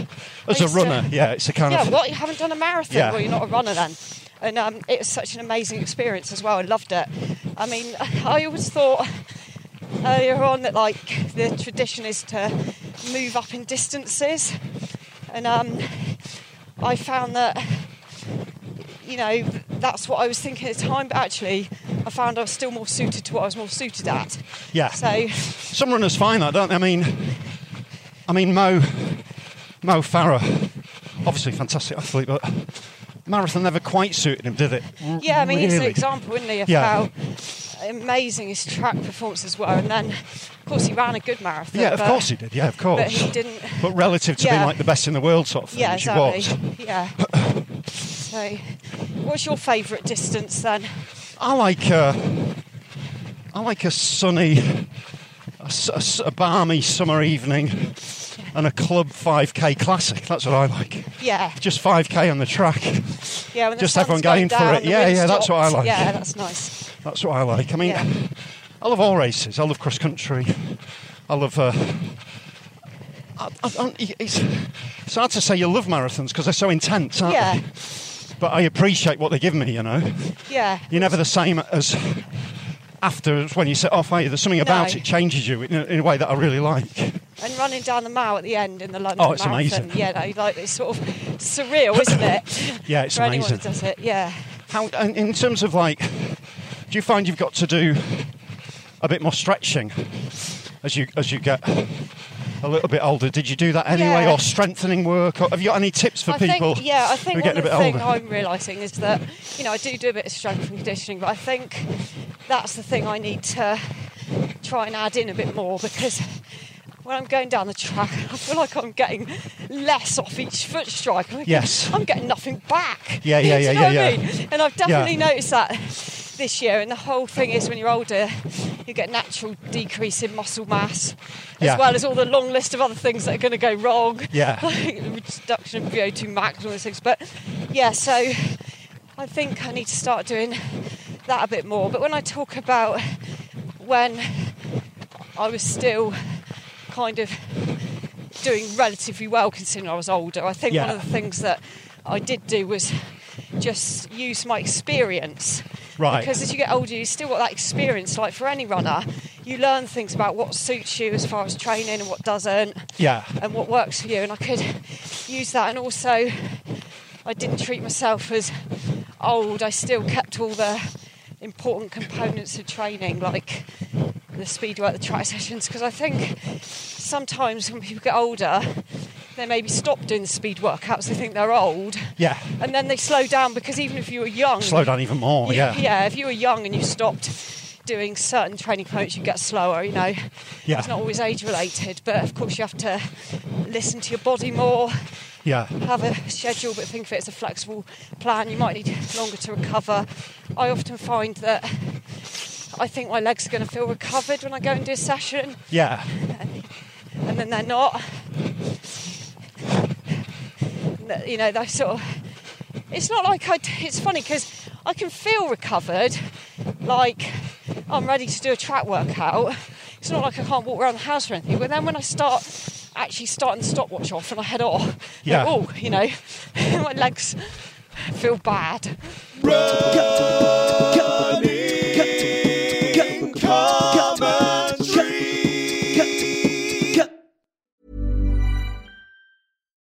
[SPEAKER 4] I
[SPEAKER 3] As a
[SPEAKER 4] used to-
[SPEAKER 3] runner, yeah, it's a kind
[SPEAKER 4] yeah,
[SPEAKER 3] of.
[SPEAKER 4] what? You haven't done a marathon?
[SPEAKER 3] Yeah.
[SPEAKER 4] Well, you're not a runner then. And um, it was such an amazing experience as well. I loved it. I mean, (laughs) I always thought earlier on that like the tradition is to move up in distances, and um, I found that you know that's what I was thinking at the time. But actually, I found I was still more suited to what I was more suited at.
[SPEAKER 3] Yeah.
[SPEAKER 4] So
[SPEAKER 3] Some runners find that, don't they? I mean, I mean, Mo, Mo Farah, obviously fantastic athlete, but marathon never quite suited him, did it? R-
[SPEAKER 4] Yeah, I mean, he's an
[SPEAKER 3] really?
[SPEAKER 4] example, isn't he, of
[SPEAKER 3] Yeah.
[SPEAKER 4] how amazing his track performances were. And then, of course, he ran a good marathon.
[SPEAKER 3] Yeah, of
[SPEAKER 4] but,
[SPEAKER 3] course he did. Yeah, of course.
[SPEAKER 4] But he didn't.
[SPEAKER 3] But relative to being
[SPEAKER 4] Yeah.
[SPEAKER 3] like the best in the world, sort of thing,
[SPEAKER 4] (laughs) Yeah,
[SPEAKER 3] which he was.
[SPEAKER 4] exactly. Yeah. So, what's your favourite distance then?
[SPEAKER 3] I like a, I like a sunny, a, s- a s- a balmy summer evening, and a club 5k classic. That's what I like.
[SPEAKER 4] Yeah.
[SPEAKER 3] Just 5k on the track.
[SPEAKER 4] Yeah, when the
[SPEAKER 3] Just
[SPEAKER 4] sun's
[SPEAKER 3] everyone
[SPEAKER 4] going
[SPEAKER 3] going for
[SPEAKER 4] down,
[SPEAKER 3] it.
[SPEAKER 4] the
[SPEAKER 3] Yeah,
[SPEAKER 4] wind
[SPEAKER 3] yeah, that's what I
[SPEAKER 4] stops.
[SPEAKER 3] like.
[SPEAKER 4] Yeah, that's nice.
[SPEAKER 3] That's what I like. I mean,
[SPEAKER 4] Yeah.
[SPEAKER 3] I love all races. I love cross country. I love. Uh, I, I, I- it's, it's hard to say you love marathons because they're so intense, aren't
[SPEAKER 4] Yeah,
[SPEAKER 3] they? But I appreciate what they give me. You know,
[SPEAKER 4] yeah.
[SPEAKER 3] you're never the same as after when you set off. Are you? There's something about
[SPEAKER 4] No.
[SPEAKER 3] it changes you in, a- in a way that I really like.
[SPEAKER 4] and running down the mile at the end in the London
[SPEAKER 3] Oh, it's
[SPEAKER 4] Marathon.
[SPEAKER 3] amazing.
[SPEAKER 4] Yeah, no, like it's sort of surreal, isn't it?
[SPEAKER 3] (laughs) Yeah, it's
[SPEAKER 4] For anyone who
[SPEAKER 3] amazing.
[SPEAKER 4] does it, yeah.
[SPEAKER 3] How and in terms of like, do you find you've got to do a bit more stretching as you as you get a little bit older? Did you do that anyway,
[SPEAKER 4] Yeah.
[SPEAKER 3] or strengthening work? Or have you got any tips for
[SPEAKER 4] I
[SPEAKER 3] people? (laughs)
[SPEAKER 4] Think, yeah, I
[SPEAKER 3] who are
[SPEAKER 4] think one
[SPEAKER 3] getting
[SPEAKER 4] of the
[SPEAKER 3] a bit
[SPEAKER 4] things
[SPEAKER 3] older.
[SPEAKER 4] I'm realising is that you know I do do a bit of strength and conditioning, but I think that's the thing I need to try and add in a bit more because when I'm going down the track, I feel like I'm getting less off each foot strike. I'm like,
[SPEAKER 3] Yes.
[SPEAKER 4] I'm getting nothing back.
[SPEAKER 3] Yeah, yeah,
[SPEAKER 4] Do
[SPEAKER 3] yeah,
[SPEAKER 4] you know
[SPEAKER 3] yeah,
[SPEAKER 4] what I
[SPEAKER 3] yeah.
[SPEAKER 4] mean? And I've definitely noticed that this year. And the whole thing is when you're older, you get natural decrease in muscle mass, as
[SPEAKER 3] Yeah.
[SPEAKER 4] well as all the long list of other things that are going to go wrong
[SPEAKER 3] (laughs) Yeah.
[SPEAKER 4] reduction of VO2 max and all those things. But yeah, so I think I need to start doing that a bit more. But when I talk about when I was still kind of doing relatively well considering I was older, I think one
[SPEAKER 3] Yeah.
[SPEAKER 4] of the things that I did do was just use my experience.
[SPEAKER 3] Right.
[SPEAKER 4] Because as you get older, you still got that experience. Like for any runner, you learn things about what suits you as far as training and what doesn't
[SPEAKER 3] Yeah.
[SPEAKER 4] and what works for you and I could use that and also I didn't treat myself as old I still kept all the important components of training like the speed work the track sessions because I think sometimes when people get older they maybe stop doing the speed workouts they think they're old
[SPEAKER 3] Yeah.
[SPEAKER 4] and then they slow down because even if you were young
[SPEAKER 3] Slow down even more. Yeah.
[SPEAKER 4] yeah, if you were young and you stopped doing certain training components, you get slower, you know.
[SPEAKER 3] Yeah.
[SPEAKER 4] It's not always age related, but of course you have to listen to your body more,
[SPEAKER 3] Yeah.
[SPEAKER 4] have a schedule, but think of it as a flexible plan. You might need longer to recover. I often find that I think my legs are going to feel recovered when I go and do a session,
[SPEAKER 3] Yeah.
[SPEAKER 4] and then they're not. You know, they sort of. It's not like I. It's funny because I can feel recovered, like I'm ready to do a track workout. It's not like I can't walk around the house or anything. But then when I start actually starting the stopwatch off and I head off,
[SPEAKER 3] Yeah.
[SPEAKER 4] like, oh, you know, (laughs) my legs feel bad.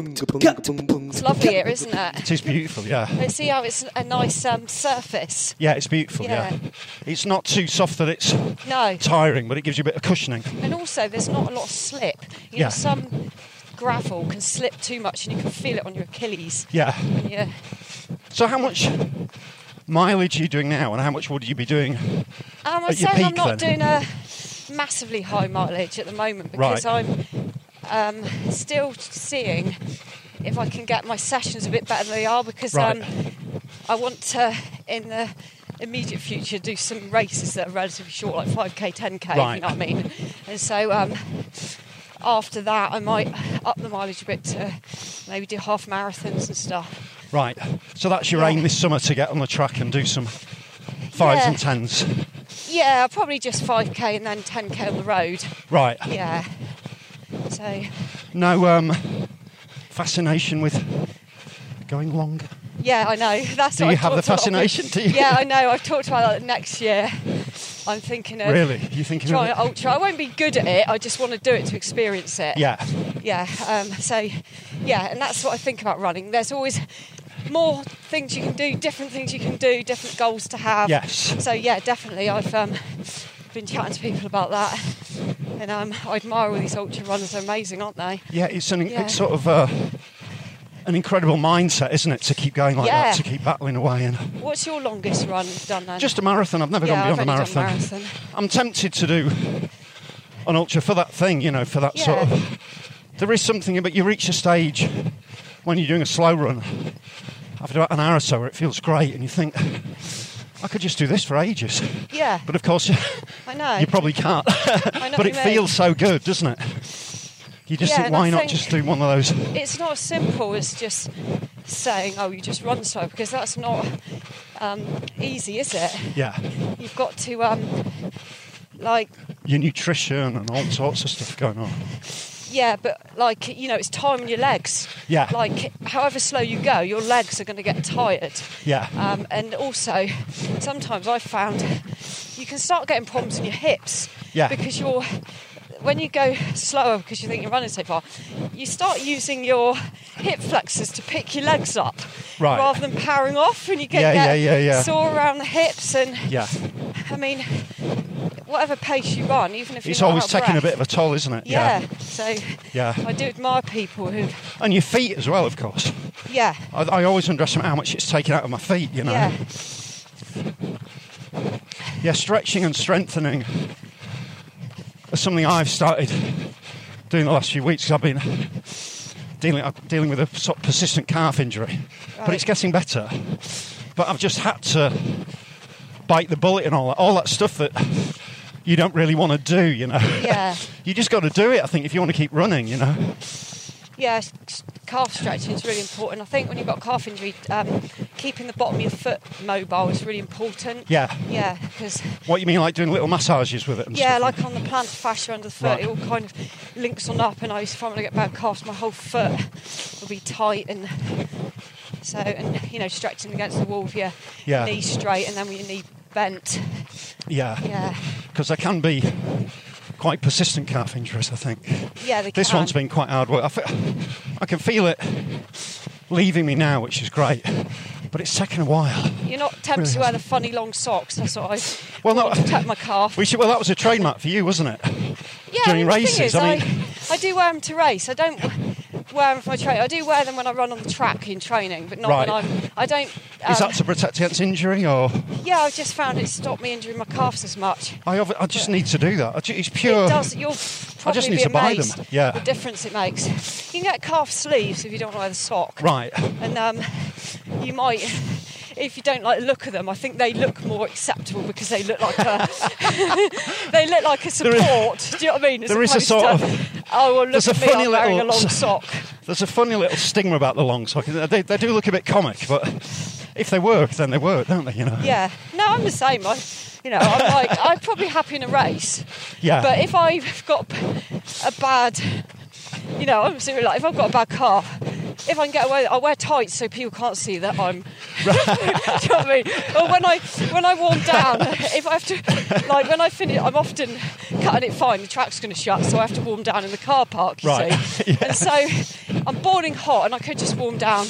[SPEAKER 4] It's lovely here, isn't it?
[SPEAKER 3] It is beautiful. Yeah.
[SPEAKER 4] But see how it's a nice um, surface.
[SPEAKER 3] Yeah, it's beautiful. Yeah.
[SPEAKER 4] Yeah.
[SPEAKER 3] It's not too soft that it's
[SPEAKER 4] No.
[SPEAKER 3] tiring, but it gives you a bit of cushioning.
[SPEAKER 4] And also, there's not a lot of slip. You
[SPEAKER 3] Yeah.
[SPEAKER 4] know, some gravel can slip too much and you can feel it on your Achilles.
[SPEAKER 3] Yeah.
[SPEAKER 4] And you,
[SPEAKER 3] So, how much mileage are you doing now, and how much would you be doing?
[SPEAKER 4] um, I'm
[SPEAKER 3] At your
[SPEAKER 4] saying I'm
[SPEAKER 3] peak
[SPEAKER 4] not
[SPEAKER 3] then?
[SPEAKER 4] doing a massively high mileage at the moment because I'm um, still seeing if I can get my sessions a bit better than they are because
[SPEAKER 3] Right.
[SPEAKER 4] um, I want to, in the immediate future, do some races that are relatively short, like 5k, 10k, if
[SPEAKER 3] Right.
[SPEAKER 4] you know what I mean. And so um, after that, I might up the mileage a bit to maybe do half marathons and stuff.
[SPEAKER 3] Right. So that's your
[SPEAKER 4] Yeah.
[SPEAKER 3] aim this summer to get on the track and do some fives
[SPEAKER 4] Yeah.
[SPEAKER 3] and tens.
[SPEAKER 4] Yeah, probably just 5k and then 10k on the road.
[SPEAKER 3] Right.
[SPEAKER 4] Yeah. So,
[SPEAKER 3] No um, fascination with going long.
[SPEAKER 4] yeah, I know. (laughs) That's
[SPEAKER 3] Do
[SPEAKER 4] what
[SPEAKER 3] you
[SPEAKER 4] I've
[SPEAKER 3] have the
[SPEAKER 4] talked a lot about.
[SPEAKER 3] fascination? Do you?
[SPEAKER 4] Yeah, I know. I've talked about that next year. I'm thinking of
[SPEAKER 3] Really? You thinking
[SPEAKER 4] trying
[SPEAKER 3] of it?
[SPEAKER 4] ultra. I won't be good at it. I just want to do it to experience it.
[SPEAKER 3] Yeah.
[SPEAKER 4] yeah um, so yeah and that's what i think about running there's always more things you can do different things you can do different goals to have
[SPEAKER 3] Yes.
[SPEAKER 4] so yeah definitely i've um, been chatting to people about that, and um, I admire all these ultra runners. They're amazing, aren't they?
[SPEAKER 3] Yeah, it's an
[SPEAKER 4] Yeah.
[SPEAKER 3] it's sort of uh, an incredible mindset, isn't it, to keep going like
[SPEAKER 4] Yeah.
[SPEAKER 3] that, to keep battling away, and
[SPEAKER 4] What's your longest run you've done then?
[SPEAKER 3] just a marathon. I've never
[SPEAKER 4] yeah,
[SPEAKER 3] gone beyond
[SPEAKER 4] I've
[SPEAKER 3] a
[SPEAKER 4] only
[SPEAKER 3] marathon.
[SPEAKER 4] Done marathon.
[SPEAKER 3] I'm tempted to do an ultra for that thing, you know, for that sort
[SPEAKER 4] Yeah.
[SPEAKER 3] of. There is something, but you reach a stage when you're doing a slow run after about an hour or so, where it feels great, and you think, I could just do this for ages.
[SPEAKER 4] Yeah,
[SPEAKER 3] But of course, (laughs)
[SPEAKER 4] I know.
[SPEAKER 3] you probably can't.
[SPEAKER 4] I know
[SPEAKER 3] but
[SPEAKER 4] what
[SPEAKER 3] it
[SPEAKER 4] you mean.
[SPEAKER 3] feels so good, doesn't it? You just
[SPEAKER 4] Yeah,
[SPEAKER 3] think,
[SPEAKER 4] and I
[SPEAKER 3] why not
[SPEAKER 4] think-
[SPEAKER 3] just do one of those?
[SPEAKER 4] it's not as simple as just saying, "Oh, you just run slow," because that's not um, easy, is it?
[SPEAKER 3] Yeah,
[SPEAKER 4] You've got to um, like
[SPEAKER 3] your nutrition and all sorts of stuff going on.
[SPEAKER 4] Yeah, but like you know, it's time on your legs.
[SPEAKER 3] Yeah.
[SPEAKER 4] Like however slow you go, your legs are going to get tired.
[SPEAKER 3] Yeah.
[SPEAKER 4] Um, and also, sometimes I've found you can start getting problems in your hips.
[SPEAKER 3] Yeah.
[SPEAKER 4] Because you're when you go slower because you think you're running so far, you start using your hip flexors to pick your legs up
[SPEAKER 3] Right.
[SPEAKER 4] rather than powering off, and you get
[SPEAKER 3] Yeah,
[SPEAKER 4] get
[SPEAKER 3] yeah, yeah, yeah.
[SPEAKER 4] sore around the hips. And
[SPEAKER 3] Yeah,
[SPEAKER 4] I mean, whatever pace you run, even if
[SPEAKER 3] it's
[SPEAKER 4] you're not
[SPEAKER 3] always
[SPEAKER 4] out of
[SPEAKER 3] taking a
[SPEAKER 4] breath,
[SPEAKER 3] bit of a toll, isn't it?
[SPEAKER 4] yeah. So
[SPEAKER 3] Yeah.
[SPEAKER 4] I do admire people who
[SPEAKER 3] and your feet as well, of course.
[SPEAKER 4] yeah.
[SPEAKER 3] I, I always underestimate how much it's taken out of my feet, you know.
[SPEAKER 4] Yeah.
[SPEAKER 3] Yeah, stretching and strengthening is something I've started doing the last few weeks 'cause I've been dealing I'm dealing with a sort of persistent calf injury, but it's getting better. But I've just had to bite the bullet and all that, all that stuff that you don't really want to do, you know.
[SPEAKER 4] Yeah.
[SPEAKER 3] (laughs) you just got to do it. I think if you want to keep running, you know.
[SPEAKER 4] Yeah, s- s- calf stretching is really important. I think when you've got calf injury, um, keeping the bottom of your foot mobile is really important.
[SPEAKER 3] Yeah.
[SPEAKER 4] Yeah, because
[SPEAKER 3] What you mean, like doing little massages with it? And
[SPEAKER 4] yeah,
[SPEAKER 3] stuff?
[SPEAKER 4] like on the plantar fascia under the foot,
[SPEAKER 3] Right.
[SPEAKER 4] it all kind of links on up. And I used to find when I get bad calves, my whole foot will be tight and. So and you know stretching against the wall with your
[SPEAKER 3] Yeah.
[SPEAKER 4] knee straight and then with your knee bent.
[SPEAKER 3] yeah,
[SPEAKER 4] Yeah,
[SPEAKER 3] because there can be quite persistent calf injuries. I think.
[SPEAKER 4] yeah. They
[SPEAKER 3] This
[SPEAKER 4] can.
[SPEAKER 3] one's been quite hard work. I, fe- I can feel it leaving me now, which is great, but it's taken a while.
[SPEAKER 4] You're not tempted
[SPEAKER 3] Really
[SPEAKER 4] to wear the funny long socks. That's what I.
[SPEAKER 3] Well, no,
[SPEAKER 4] tuck my calf.
[SPEAKER 3] we should, well, that was a trademark for you, wasn't it?
[SPEAKER 4] yeah,
[SPEAKER 3] during
[SPEAKER 4] I mean, The
[SPEAKER 3] races,
[SPEAKER 4] thing is,
[SPEAKER 3] I
[SPEAKER 4] I,
[SPEAKER 3] mean-
[SPEAKER 4] I do wear them to race. I don't wear them for my training. I do wear them when I run on the track in training, but not
[SPEAKER 3] Right.
[SPEAKER 4] when I'm. I don't. Um,
[SPEAKER 3] Is that to protect against injury, or
[SPEAKER 4] yeah, I've just found it stopped me injuring my calves as much.
[SPEAKER 3] I, ob- I just need to do that? I ju- It's pure.
[SPEAKER 4] It does. You'll probably
[SPEAKER 3] just need
[SPEAKER 4] be
[SPEAKER 3] to buy them.
[SPEAKER 4] amazed
[SPEAKER 3] Yeah.
[SPEAKER 4] the difference it makes. You can get calf sleeves if you don't wear the sock.
[SPEAKER 3] Right.
[SPEAKER 4] And um, you might, if you don't like the look of them, I think they look more acceptable because they look like a (laughs) they look like a
[SPEAKER 3] is-
[SPEAKER 4] support. Do you know what I mean? As
[SPEAKER 3] there is a
[SPEAKER 4] opposed
[SPEAKER 3] sort
[SPEAKER 4] to,
[SPEAKER 3] of-
[SPEAKER 4] oh well, look
[SPEAKER 3] there's a
[SPEAKER 4] at me,
[SPEAKER 3] funny
[SPEAKER 4] I'm wearing a
[SPEAKER 3] little- (laughs)
[SPEAKER 4] long sock.
[SPEAKER 3] There's a funny little stigma about the long sock. They, they do look a bit comic, but if they work, then they work, don't they? You know.
[SPEAKER 4] Yeah. No, I'm the same. I, you know, I'm like I'm probably happy in a race.
[SPEAKER 3] Yeah.
[SPEAKER 4] But if I've got a bad, you know, I'm serious, like if I've got a bad car, if I can get away, I wear tights so people can't see that I'm. (laughs) Do you know what I mean? Or when I when I warm down, if I have to, like when I finish, I'm often cutting it fine. The track's going to shut, so I have to warm down in the car park. You
[SPEAKER 3] Right.
[SPEAKER 4] see, and so I'm boiling hot, and I could just warm down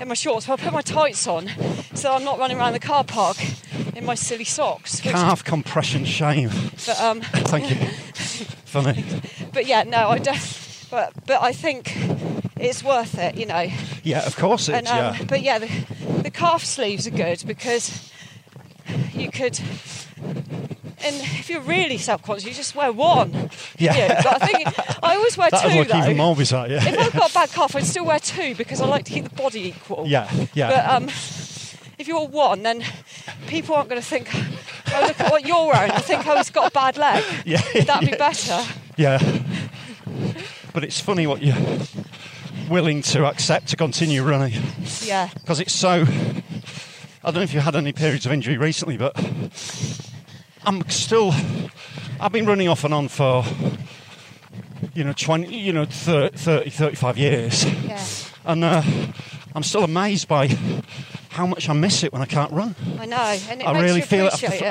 [SPEAKER 4] in my shorts. But I put my tights on, so I'm not running around the car park in my silly socks. which-
[SPEAKER 3] Calf compression shame.
[SPEAKER 4] but um, (laughs)
[SPEAKER 3] Thank you. Funny.
[SPEAKER 4] but yeah, no, I don't. But but I think it's worth it, you know.
[SPEAKER 3] Yeah, of course it's
[SPEAKER 4] And um,
[SPEAKER 3] yeah.
[SPEAKER 4] but yeah, the, the calf sleeves are good because you could. And if you're really self-conscious, you just wear one.
[SPEAKER 3] Yeah. (laughs)
[SPEAKER 4] but I think I always wear
[SPEAKER 3] That'd
[SPEAKER 4] two
[SPEAKER 3] look
[SPEAKER 4] though.
[SPEAKER 3] even more bizarre. Yeah.
[SPEAKER 4] If I've got a bad calf, I'd still wear two because I like to keep the body
[SPEAKER 3] (laughs)
[SPEAKER 4] equal.
[SPEAKER 3] Yeah, yeah.
[SPEAKER 4] But um, if you're one, then people aren't going to think. Oh, look at what you're wearing. I think I was got a bad leg.
[SPEAKER 3] Yeah,
[SPEAKER 4] Would that
[SPEAKER 3] yeah.
[SPEAKER 4] be better?
[SPEAKER 3] (laughs) Yeah. But it's funny what you're willing to accept to continue running
[SPEAKER 4] Yeah.
[SPEAKER 3] because it's so. I don't know if you had any periods of injury recently, but I'm still. I've been running off and on for, you know, 20, you know, 30, 30 35 years.
[SPEAKER 4] Yeah.
[SPEAKER 3] And uh, I'm still amazed by how much I miss it when I can't run.
[SPEAKER 4] I know, and it
[SPEAKER 3] I
[SPEAKER 4] makes
[SPEAKER 3] really
[SPEAKER 4] you
[SPEAKER 3] feel it after,
[SPEAKER 4] appreciate it.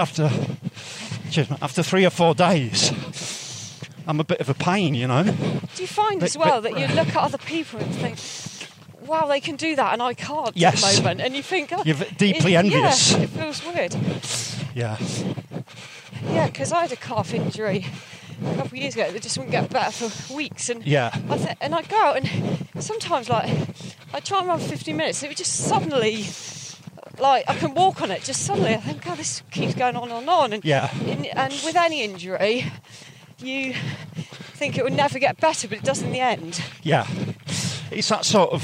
[SPEAKER 3] after, cheers, mate, after three or four days. I'm a bit of a pain, you know.
[SPEAKER 4] Do you find as
[SPEAKER 3] bit-
[SPEAKER 4] well
[SPEAKER 3] bit-
[SPEAKER 4] that you look at other people and think, wow, they can do that and I can't at
[SPEAKER 3] Yes.
[SPEAKER 4] the moment? And you think, oh,
[SPEAKER 3] You're v- deeply envious.
[SPEAKER 4] Yeah, it feels weird.
[SPEAKER 3] Yeah.
[SPEAKER 4] Yeah, because I had a calf injury a couple of years ago that just wouldn't get better for weeks, and
[SPEAKER 3] Yeah.
[SPEAKER 4] I th- and I'd go out and sometimes like I'd try and run 50 minutes, and it would just suddenly like I can walk on it. Just suddenly, I think, God, this keeps going on and on, and
[SPEAKER 3] Yeah.
[SPEAKER 4] and, and with any injury, you think it will never get better, but it does in the end.
[SPEAKER 3] Yeah. It's that sort of.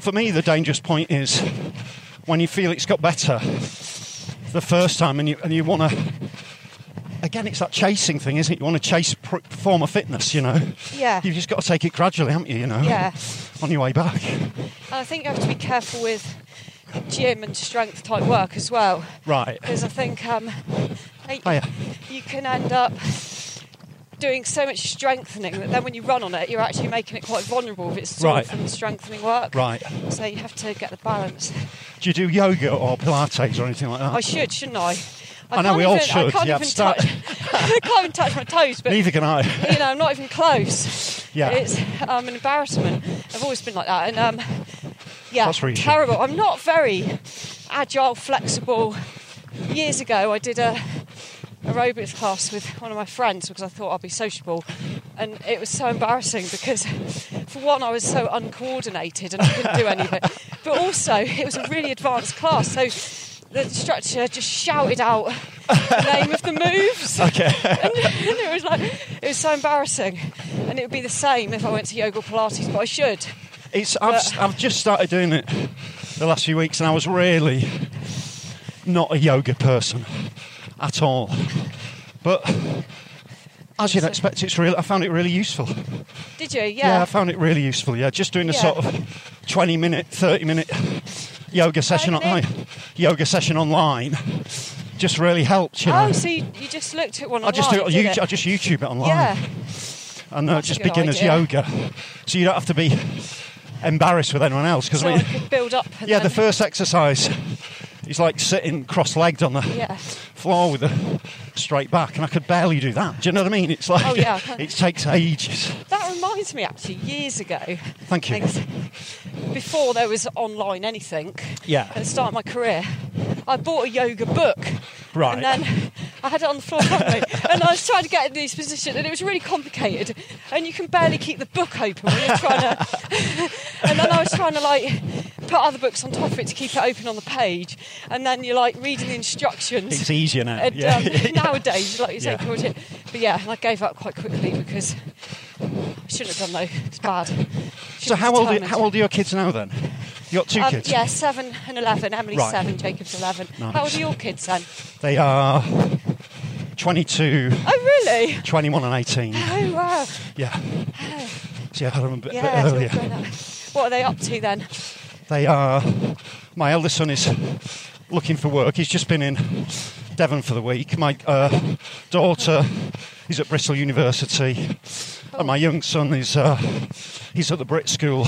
[SPEAKER 3] For me, the dangerous point is when you feel it's got better the first time and you, and you want to. Again, it's that chasing thing, isn't it? You want to chase pr- performer fitness, you know?
[SPEAKER 4] Yeah.
[SPEAKER 3] You've just got to take it gradually, haven't you, you know?
[SPEAKER 4] Yeah.
[SPEAKER 3] On your way back.
[SPEAKER 4] And I think you have to be careful with gym and strength type work as well.
[SPEAKER 3] Right.
[SPEAKER 4] because I think um, I-
[SPEAKER 3] Hiya.
[SPEAKER 4] you can end up doing so much strengthening that then when you run on it, you're actually making it quite vulnerable if it's sore
[SPEAKER 3] Right.
[SPEAKER 4] from the strengthening work.
[SPEAKER 3] Right.
[SPEAKER 4] So you have to get the balance.
[SPEAKER 3] Do you do yoga or Pilates or anything like that?
[SPEAKER 4] I should, shouldn't I?
[SPEAKER 3] I know,
[SPEAKER 4] can't
[SPEAKER 3] we all
[SPEAKER 4] even, I
[SPEAKER 3] should.
[SPEAKER 4] can't
[SPEAKER 3] Yeah,
[SPEAKER 4] even
[SPEAKER 3] start-
[SPEAKER 4] touch. (laughs) I can't even touch my toes, but
[SPEAKER 3] Neither can I. (laughs)
[SPEAKER 4] you know, I'm not even close.
[SPEAKER 3] Yeah.
[SPEAKER 4] It's um, an embarrassment. I've always been like that. And um, yeah,
[SPEAKER 3] That's where you should be.
[SPEAKER 4] terrible. I'm not very agile, flexible. Years ago, I did a aerobics class with one of my friends because I thought I'd be sociable. And it was so embarrassing because, for one, I was so uncoordinated and I couldn't do any of it. But also, it was a really advanced class. So the instructor just shouted out the name of the moves. (laughs) And it was like it was so embarrassing, and it would be the same if I went to yoga or Pilates, but I should.
[SPEAKER 3] It's I've, I've just started doing it the last few weeks, and I was really not a yoga person at all. But as you'd expect, it's real. I found it really useful. Yeah,
[SPEAKER 4] Did you? Yeah.
[SPEAKER 3] I found it really useful. Yeah, just doing a
[SPEAKER 4] Yeah.
[SPEAKER 3] sort of twenty-minute, thirty-minute yoga session
[SPEAKER 4] Right,
[SPEAKER 3] online, yoga session online, just really helped. You know,
[SPEAKER 4] oh, so you, you just looked at one.
[SPEAKER 3] I just do it,
[SPEAKER 4] online,
[SPEAKER 3] on
[SPEAKER 4] did
[SPEAKER 3] YouTube, I just YouTube it online
[SPEAKER 4] Yeah.
[SPEAKER 3] and uh,
[SPEAKER 4] That's a
[SPEAKER 3] just
[SPEAKER 4] good
[SPEAKER 3] beginners
[SPEAKER 4] idea.
[SPEAKER 3] yoga, so you don't have to be embarrassed with anyone else. Because
[SPEAKER 4] So
[SPEAKER 3] I
[SPEAKER 4] I
[SPEAKER 3] mean.
[SPEAKER 4] could build up. And
[SPEAKER 3] Yeah, the
[SPEAKER 4] then-
[SPEAKER 3] first exercise is like sitting cross-legged on the
[SPEAKER 4] Yeah.
[SPEAKER 3] floor with a straight back, and I could barely do that. Do you know what I mean? It's like
[SPEAKER 4] Oh, yeah.
[SPEAKER 3] it takes ages.
[SPEAKER 4] That reminds me, actually, years ago.
[SPEAKER 3] Thank you.
[SPEAKER 4] Before there was online anything.
[SPEAKER 3] Yeah.
[SPEAKER 4] At the start of my career, I bought a yoga book.
[SPEAKER 3] Right.
[SPEAKER 4] And then I had it on the floor in front of me, and I was trying to get in this position, and it was really complicated. And you can barely keep the book open when you're
[SPEAKER 3] (laughs)
[SPEAKER 4] trying to. and then I was trying to like put other books on top of it to keep it open on the page, and then you're like reading the instructions.
[SPEAKER 3] it's easier now.
[SPEAKER 4] (laughs) And,
[SPEAKER 3] yeah.
[SPEAKER 4] um, nowadays, like you say,
[SPEAKER 3] Yeah.
[SPEAKER 4] George, it- but yeah, and I gave up quite quickly because I shouldn't have done though. It's
[SPEAKER 3] (laughs)
[SPEAKER 4] bad.
[SPEAKER 3] so
[SPEAKER 4] Shouldn't
[SPEAKER 3] how
[SPEAKER 4] have
[SPEAKER 3] old are,
[SPEAKER 4] determined.
[SPEAKER 3] how old are your kids now then? You got two
[SPEAKER 4] Um,
[SPEAKER 3] kids.
[SPEAKER 4] yeah, seven and eleven. Emily's
[SPEAKER 3] Right.
[SPEAKER 4] seven, Jacob's eleven. How old
[SPEAKER 3] Nice.
[SPEAKER 4] are your kids then?
[SPEAKER 3] They are 22,
[SPEAKER 4] Oh, really?
[SPEAKER 3] 21, and 18.
[SPEAKER 4] Oh
[SPEAKER 3] (laughs)
[SPEAKER 4] wow! (sighs)
[SPEAKER 3] Yeah. So Oh, yeah, I had them a bit, bit
[SPEAKER 4] Yeah. it's all
[SPEAKER 3] earlier.
[SPEAKER 4] grown up. What are they up to then?
[SPEAKER 3] They are. My eldest son is looking for work. He's just been in Devon for the week. My uh, daughter is at Bristol University, and my young son is uh, he's at the Brit School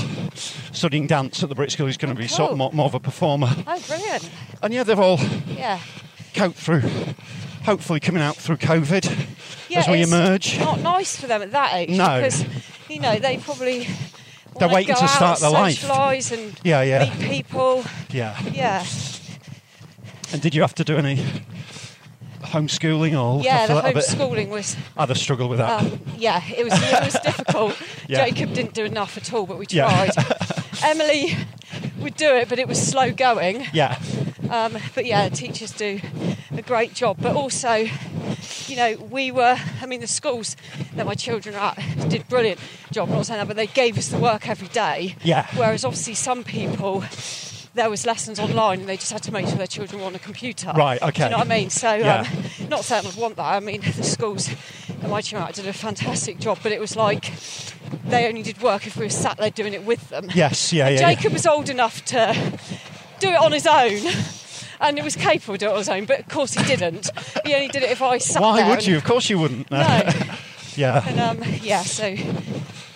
[SPEAKER 3] studying dance at the Brit School. He's going to be sort of more, more of a performer.
[SPEAKER 4] Oh, brilliant!
[SPEAKER 3] And yeah, they've all
[SPEAKER 4] Yeah.
[SPEAKER 3] coped through. Hopefully, coming out through COVID
[SPEAKER 4] yeah
[SPEAKER 3] as we
[SPEAKER 4] it's
[SPEAKER 3] emerge.
[SPEAKER 4] Not nice for them at that age.
[SPEAKER 3] No.
[SPEAKER 4] Because you know they probably.
[SPEAKER 3] They're
[SPEAKER 4] wanna
[SPEAKER 3] waiting
[SPEAKER 4] go
[SPEAKER 3] to
[SPEAKER 4] out,
[SPEAKER 3] start their life.
[SPEAKER 4] socialise and
[SPEAKER 3] Yeah, yeah.
[SPEAKER 4] meet people.
[SPEAKER 3] Yeah.
[SPEAKER 4] Yeah.
[SPEAKER 3] And did you have to do any homeschooling or look
[SPEAKER 4] Yeah.
[SPEAKER 3] after
[SPEAKER 4] The
[SPEAKER 3] that a bit?
[SPEAKER 4] homeschooling was.
[SPEAKER 3] I had a struggle with that.
[SPEAKER 4] Um, yeah, it was it was difficult.
[SPEAKER 3] (laughs) Yeah.
[SPEAKER 4] Jacob didn't do enough at all, but we
[SPEAKER 3] Yeah.
[SPEAKER 4] tried. Emily would do it, but it was slow going.
[SPEAKER 3] yeah.
[SPEAKER 4] Um, but yeah, teachers do a great job. But also, you know, we were, I mean, the schools that my children are at did brilliant job, I'm not saying that, but they gave us the work every day.
[SPEAKER 3] Yeah.
[SPEAKER 4] Whereas obviously some people, there was lessons online and they just had to make sure their children were on a computer.
[SPEAKER 3] Right,
[SPEAKER 4] Do
[SPEAKER 3] okay.
[SPEAKER 4] you know what I mean? So,
[SPEAKER 3] Yeah.
[SPEAKER 4] um, not saying I'd want that. I mean, the schools that my children are at did a fantastic job, but it was like they only did work if we were sat there doing it with them.
[SPEAKER 3] Yes, yeah,
[SPEAKER 4] And
[SPEAKER 3] yeah, yeah.
[SPEAKER 4] Jacob was old enough to do it on his own. And he was capable of doing it on his own, but of course he didn't. He only did it if I sat
[SPEAKER 3] Why
[SPEAKER 4] there
[SPEAKER 3] would
[SPEAKER 4] and-
[SPEAKER 3] you? Of course you wouldn't.
[SPEAKER 4] No.
[SPEAKER 3] (laughs) yeah.
[SPEAKER 4] And um, yeah, so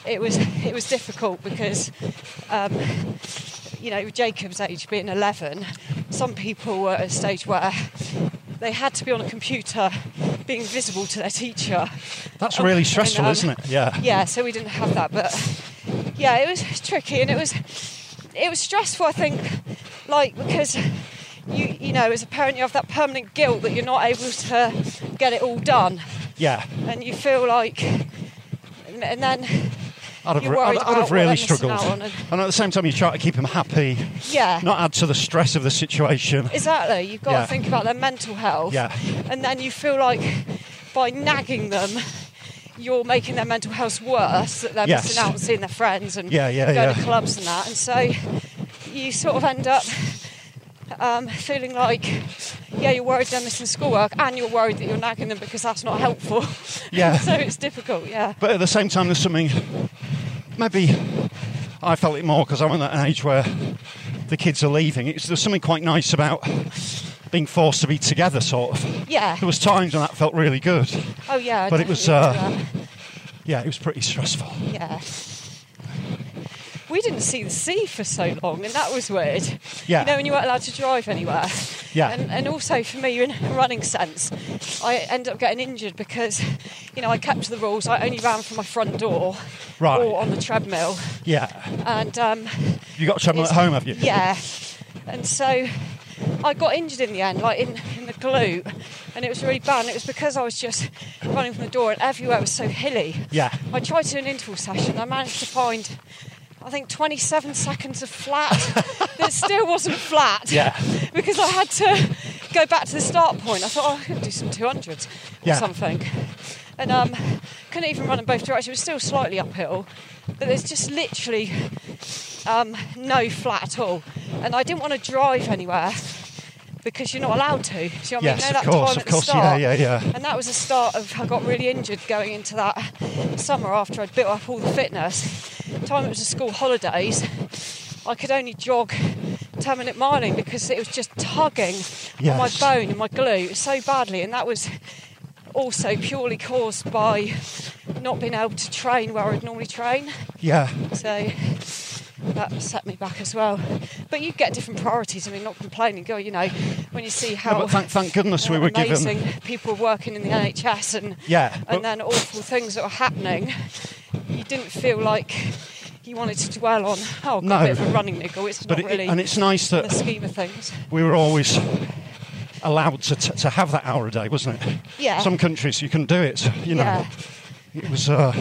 [SPEAKER 4] it was it was difficult because um, you know with Jacob's age being 11, some people were at a stage where they had to be on a computer, being visible to their teacher.
[SPEAKER 3] That's
[SPEAKER 4] Um,
[SPEAKER 3] really stressful,
[SPEAKER 4] and, um,
[SPEAKER 3] isn't it? Yeah.
[SPEAKER 4] Yeah, so we didn't have that, but yeah, it was tricky and it was it was stressful. I think, like because you you know as a parent you have that permanent guilt that you're not able to get it all done,
[SPEAKER 3] Yeah.
[SPEAKER 4] and you feel like, and, and then
[SPEAKER 3] I'd have,
[SPEAKER 4] You're
[SPEAKER 3] re- I'd,
[SPEAKER 4] worried
[SPEAKER 3] I'd have
[SPEAKER 4] about
[SPEAKER 3] really
[SPEAKER 4] letting us
[SPEAKER 3] struggled.
[SPEAKER 4] down
[SPEAKER 3] And
[SPEAKER 4] and-
[SPEAKER 3] at the same time, you try to keep them happy,
[SPEAKER 4] yeah,
[SPEAKER 3] not add to the stress of the situation.
[SPEAKER 4] exactly. You've got
[SPEAKER 3] Yeah.
[SPEAKER 4] to think about their mental health,
[SPEAKER 3] Yeah.
[SPEAKER 4] and then you feel like by nagging them. You're making their mental health worse. That they're
[SPEAKER 3] Yes.
[SPEAKER 4] missing out on seeing their friends and
[SPEAKER 3] Yeah, yeah,
[SPEAKER 4] going to
[SPEAKER 3] yeah.
[SPEAKER 4] clubs and that. And so you sort of end up um, feeling like, yeah, you're worried they're missing schoolwork, and you're worried that you're nagging them because that's not helpful.
[SPEAKER 3] Yeah.
[SPEAKER 4] (laughs) so it's difficult. Yeah.
[SPEAKER 3] But at the same time, there's something. Maybe I felt it more because I'm at an age where the kids are leaving. It's, there's something quite nice about being forced to be together, sort of.
[SPEAKER 4] Yeah.
[SPEAKER 3] There was times when that felt really good.
[SPEAKER 4] Oh yeah. I
[SPEAKER 3] But it was, uh,
[SPEAKER 4] definitely
[SPEAKER 3] Yeah, it was pretty stressful.
[SPEAKER 4] do that. Yeah. We didn't see the sea for so long, and that was weird.
[SPEAKER 3] Yeah.
[SPEAKER 4] You know, when you weren't allowed to drive anywhere.
[SPEAKER 3] Yeah.
[SPEAKER 4] And, and also for me, in a running sense, I ended up getting injured because, you know, I kept to the rules. I only ran from my front door
[SPEAKER 3] Right.
[SPEAKER 4] or on the treadmill,
[SPEAKER 3] Yeah.
[SPEAKER 4] and um,
[SPEAKER 3] You got trouble at home, have you?
[SPEAKER 4] (laughs) yeah. And so I got injured in the end, like in, in the glute, and it was really bad. And it was because I was just running from the door, and everywhere was so hilly.
[SPEAKER 3] Yeah.
[SPEAKER 4] I tried to do an interval session. I managed to find, I think, 27 seconds
[SPEAKER 3] (laughs)
[SPEAKER 4] of flat that still wasn't flat.
[SPEAKER 3] Yeah.
[SPEAKER 4] Because I had to go back to the start point. I thought, oh, I could do some 200s or
[SPEAKER 3] Yeah.
[SPEAKER 4] something. And um, couldn't even run in both directions. It was still slightly uphill. But there's just literally um, no flat at all. And I didn't want to drive anywhere because you're not allowed to. Do you know what
[SPEAKER 3] Yes,
[SPEAKER 4] I mean?
[SPEAKER 3] of
[SPEAKER 4] No, that
[SPEAKER 3] course,
[SPEAKER 4] time
[SPEAKER 3] of
[SPEAKER 4] at the
[SPEAKER 3] course, yeah,
[SPEAKER 4] start.
[SPEAKER 3] yeah, yeah.
[SPEAKER 4] And that was the start of I got really injured going into that summer after I'd built up all the fitness. Time it was the school holidays, I could only jog 10 minute miling because it was just tugging on my
[SPEAKER 3] Yes.
[SPEAKER 4] bone and my glute so badly, and that was also purely caused by not being able to train where I'd normally train.
[SPEAKER 3] Yeah.
[SPEAKER 4] So that set me back as well. But you get different priorities. I mean, not complaining, girl. You know, when you see
[SPEAKER 3] No,
[SPEAKER 4] how
[SPEAKER 3] but thank, thank goodness we were
[SPEAKER 4] amazing
[SPEAKER 3] given.
[SPEAKER 4] people working in the NHS and
[SPEAKER 3] Yeah, but-
[SPEAKER 4] and then awful things that were happening. You didn't feel like you wanted to dwell on. Oh, I've got
[SPEAKER 3] No.
[SPEAKER 4] a bit of a running niggle. It's
[SPEAKER 3] But
[SPEAKER 4] not
[SPEAKER 3] it,
[SPEAKER 4] really
[SPEAKER 3] and it's nice
[SPEAKER 4] in the
[SPEAKER 3] that
[SPEAKER 4] scheme of things.
[SPEAKER 3] we were always allowed to, t- to have that hour a day, wasn't it?
[SPEAKER 4] Yeah.
[SPEAKER 3] Some countries you couldn't do it. You know,
[SPEAKER 4] Yeah.
[SPEAKER 3] it was. Uh,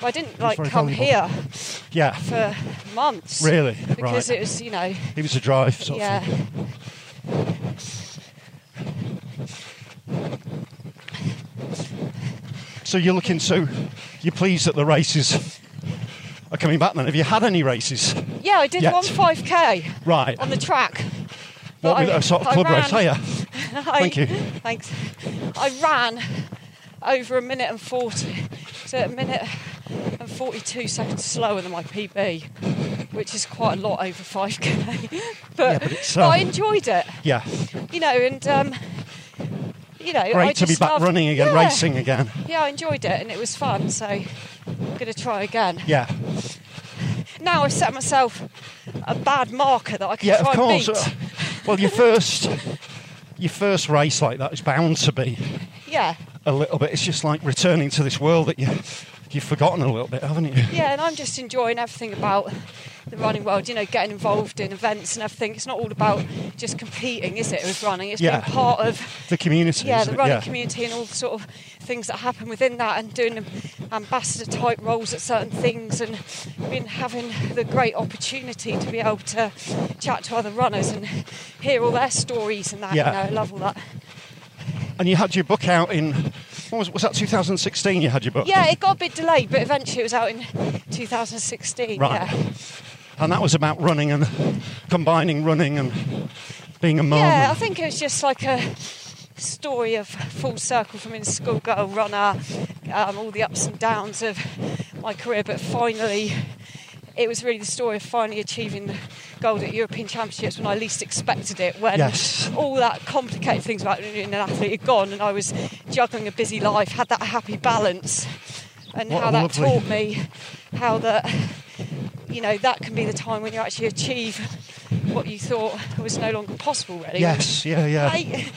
[SPEAKER 4] But I didn't like
[SPEAKER 3] very
[SPEAKER 4] come
[SPEAKER 3] valuable.
[SPEAKER 4] here
[SPEAKER 3] yeah,
[SPEAKER 4] for months.
[SPEAKER 3] Really?
[SPEAKER 4] Because
[SPEAKER 3] Right.
[SPEAKER 4] it was, you know,
[SPEAKER 3] it was a drive. Sort
[SPEAKER 4] yeah.
[SPEAKER 3] Of thing. So you're looking so you're pleased that the races are coming back. Then have you had any races?
[SPEAKER 4] Yeah, I did
[SPEAKER 3] Yet.
[SPEAKER 4] one 5K
[SPEAKER 3] Right.
[SPEAKER 4] on the track. But
[SPEAKER 3] what with
[SPEAKER 4] I-
[SPEAKER 3] a sort of
[SPEAKER 4] I
[SPEAKER 3] club race? Oh,
[SPEAKER 4] ran- (laughs)
[SPEAKER 3] Hey, yeah.
[SPEAKER 4] I-
[SPEAKER 3] Thank you.
[SPEAKER 4] Thanks. I ran over a minute and 40. So a minute and 42 seconds slower than my PB, which is quite a lot over 5k. (laughs) but,
[SPEAKER 3] but it's,
[SPEAKER 4] but I
[SPEAKER 3] um,
[SPEAKER 4] enjoyed it,
[SPEAKER 3] Yeah.
[SPEAKER 4] you know, and, um, you know, I
[SPEAKER 3] Great to be
[SPEAKER 4] just
[SPEAKER 3] back
[SPEAKER 4] loved-
[SPEAKER 3] running again,
[SPEAKER 4] Yeah.
[SPEAKER 3] racing again.
[SPEAKER 4] Yeah, I enjoyed it and it was fun, so I'm going to try again.
[SPEAKER 3] Yeah.
[SPEAKER 4] Now I've set myself a bad marker that I can
[SPEAKER 3] Yeah,
[SPEAKER 4] try
[SPEAKER 3] of course.
[SPEAKER 4] and
[SPEAKER 3] Uh,
[SPEAKER 4] beat.
[SPEAKER 3] well, your first your first race like that is bound to be
[SPEAKER 4] Yeah.
[SPEAKER 3] a little bit. It's just like returning to this world that you you've forgotten a little bit, haven't you?
[SPEAKER 4] Yeah, and I'm just enjoying everything about the running world, you know, getting involved in events and everything. It's not all about just competing, is it, with running? It's
[SPEAKER 3] Yeah.
[SPEAKER 4] being part of
[SPEAKER 3] The community.
[SPEAKER 4] yeah,
[SPEAKER 3] isn't
[SPEAKER 4] the
[SPEAKER 3] it?
[SPEAKER 4] running community and all the sort of things that happen within that and doing ambassador type roles at certain things and been having the great opportunity to be able to chat to other runners and hear all their stories and that.
[SPEAKER 3] Yeah.
[SPEAKER 4] You know, I love all that.
[SPEAKER 3] And you had your book out in what was, was that 2016? You had your book.
[SPEAKER 4] Yeah, it got a bit delayed, but eventually it was out in 2016.
[SPEAKER 3] Right.
[SPEAKER 4] Yeah.
[SPEAKER 3] And that was about running and combining running and being a mum.
[SPEAKER 4] Yeah, I
[SPEAKER 3] and-
[SPEAKER 4] think it was just like a story of full circle from being a schoolgirl runner, um, all the ups and downs of my career, but finally, it was really the story of finally achieving the gold at European Championships when I least expected it, when
[SPEAKER 3] Yes.
[SPEAKER 4] all that complicated things about being an athlete had gone and I was juggling a busy life, had that happy balance, and
[SPEAKER 3] What
[SPEAKER 4] how
[SPEAKER 3] a
[SPEAKER 4] that
[SPEAKER 3] lovely-
[SPEAKER 4] taught me how that you know, that can be the time when you actually achieve what you thought was no longer possible, really.
[SPEAKER 3] Yes, yeah, yeah. (laughs)
[SPEAKER 4] I-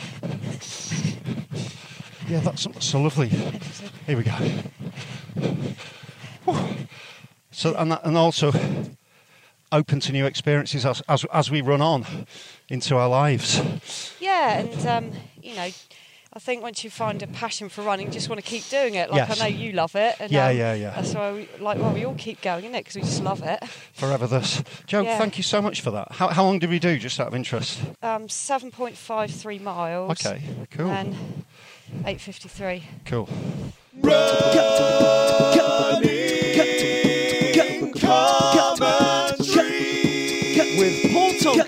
[SPEAKER 3] Yeah, that's, that's so lovely. Here we go. Whew. So, and, that, and also open to new experiences as, as, as we run on into our lives.
[SPEAKER 4] yeah, and, um, you know, I think once you find a passion for running, you just want to keep doing it. Like
[SPEAKER 3] Yes.
[SPEAKER 4] I know you love it. And, um,
[SPEAKER 3] Yeah, yeah, yeah.
[SPEAKER 4] That's why we like well we all keep going, is it? Because we just love it.
[SPEAKER 3] Forever this. Joe,
[SPEAKER 4] Yeah.
[SPEAKER 3] thank you so much for that. How, how long did we do, just out of interest?
[SPEAKER 4] Um, seven point five three miles.
[SPEAKER 3] Okay, cool.
[SPEAKER 4] And eight fifty three.
[SPEAKER 3] Cool.
[SPEAKER 2] With Paul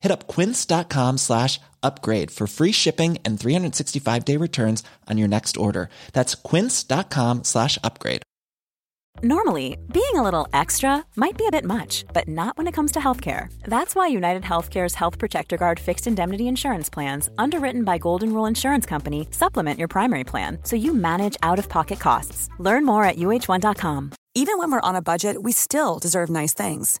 [SPEAKER 5] Hit up quince.com slash upgrade for free shipping and 365-day returns on your next order. That's quince.com slash upgrade.
[SPEAKER 6] Normally, being a little extra might be a bit much, but not when it comes to healthcare. That's why United Healthcare's Health Protector Guard fixed indemnity insurance plans, underwritten by Golden Rule Insurance Company, supplement your primary plan so you manage out of pocket costs. Learn more at uh1.com.
[SPEAKER 7] Even when we're on a budget, we still deserve nice things.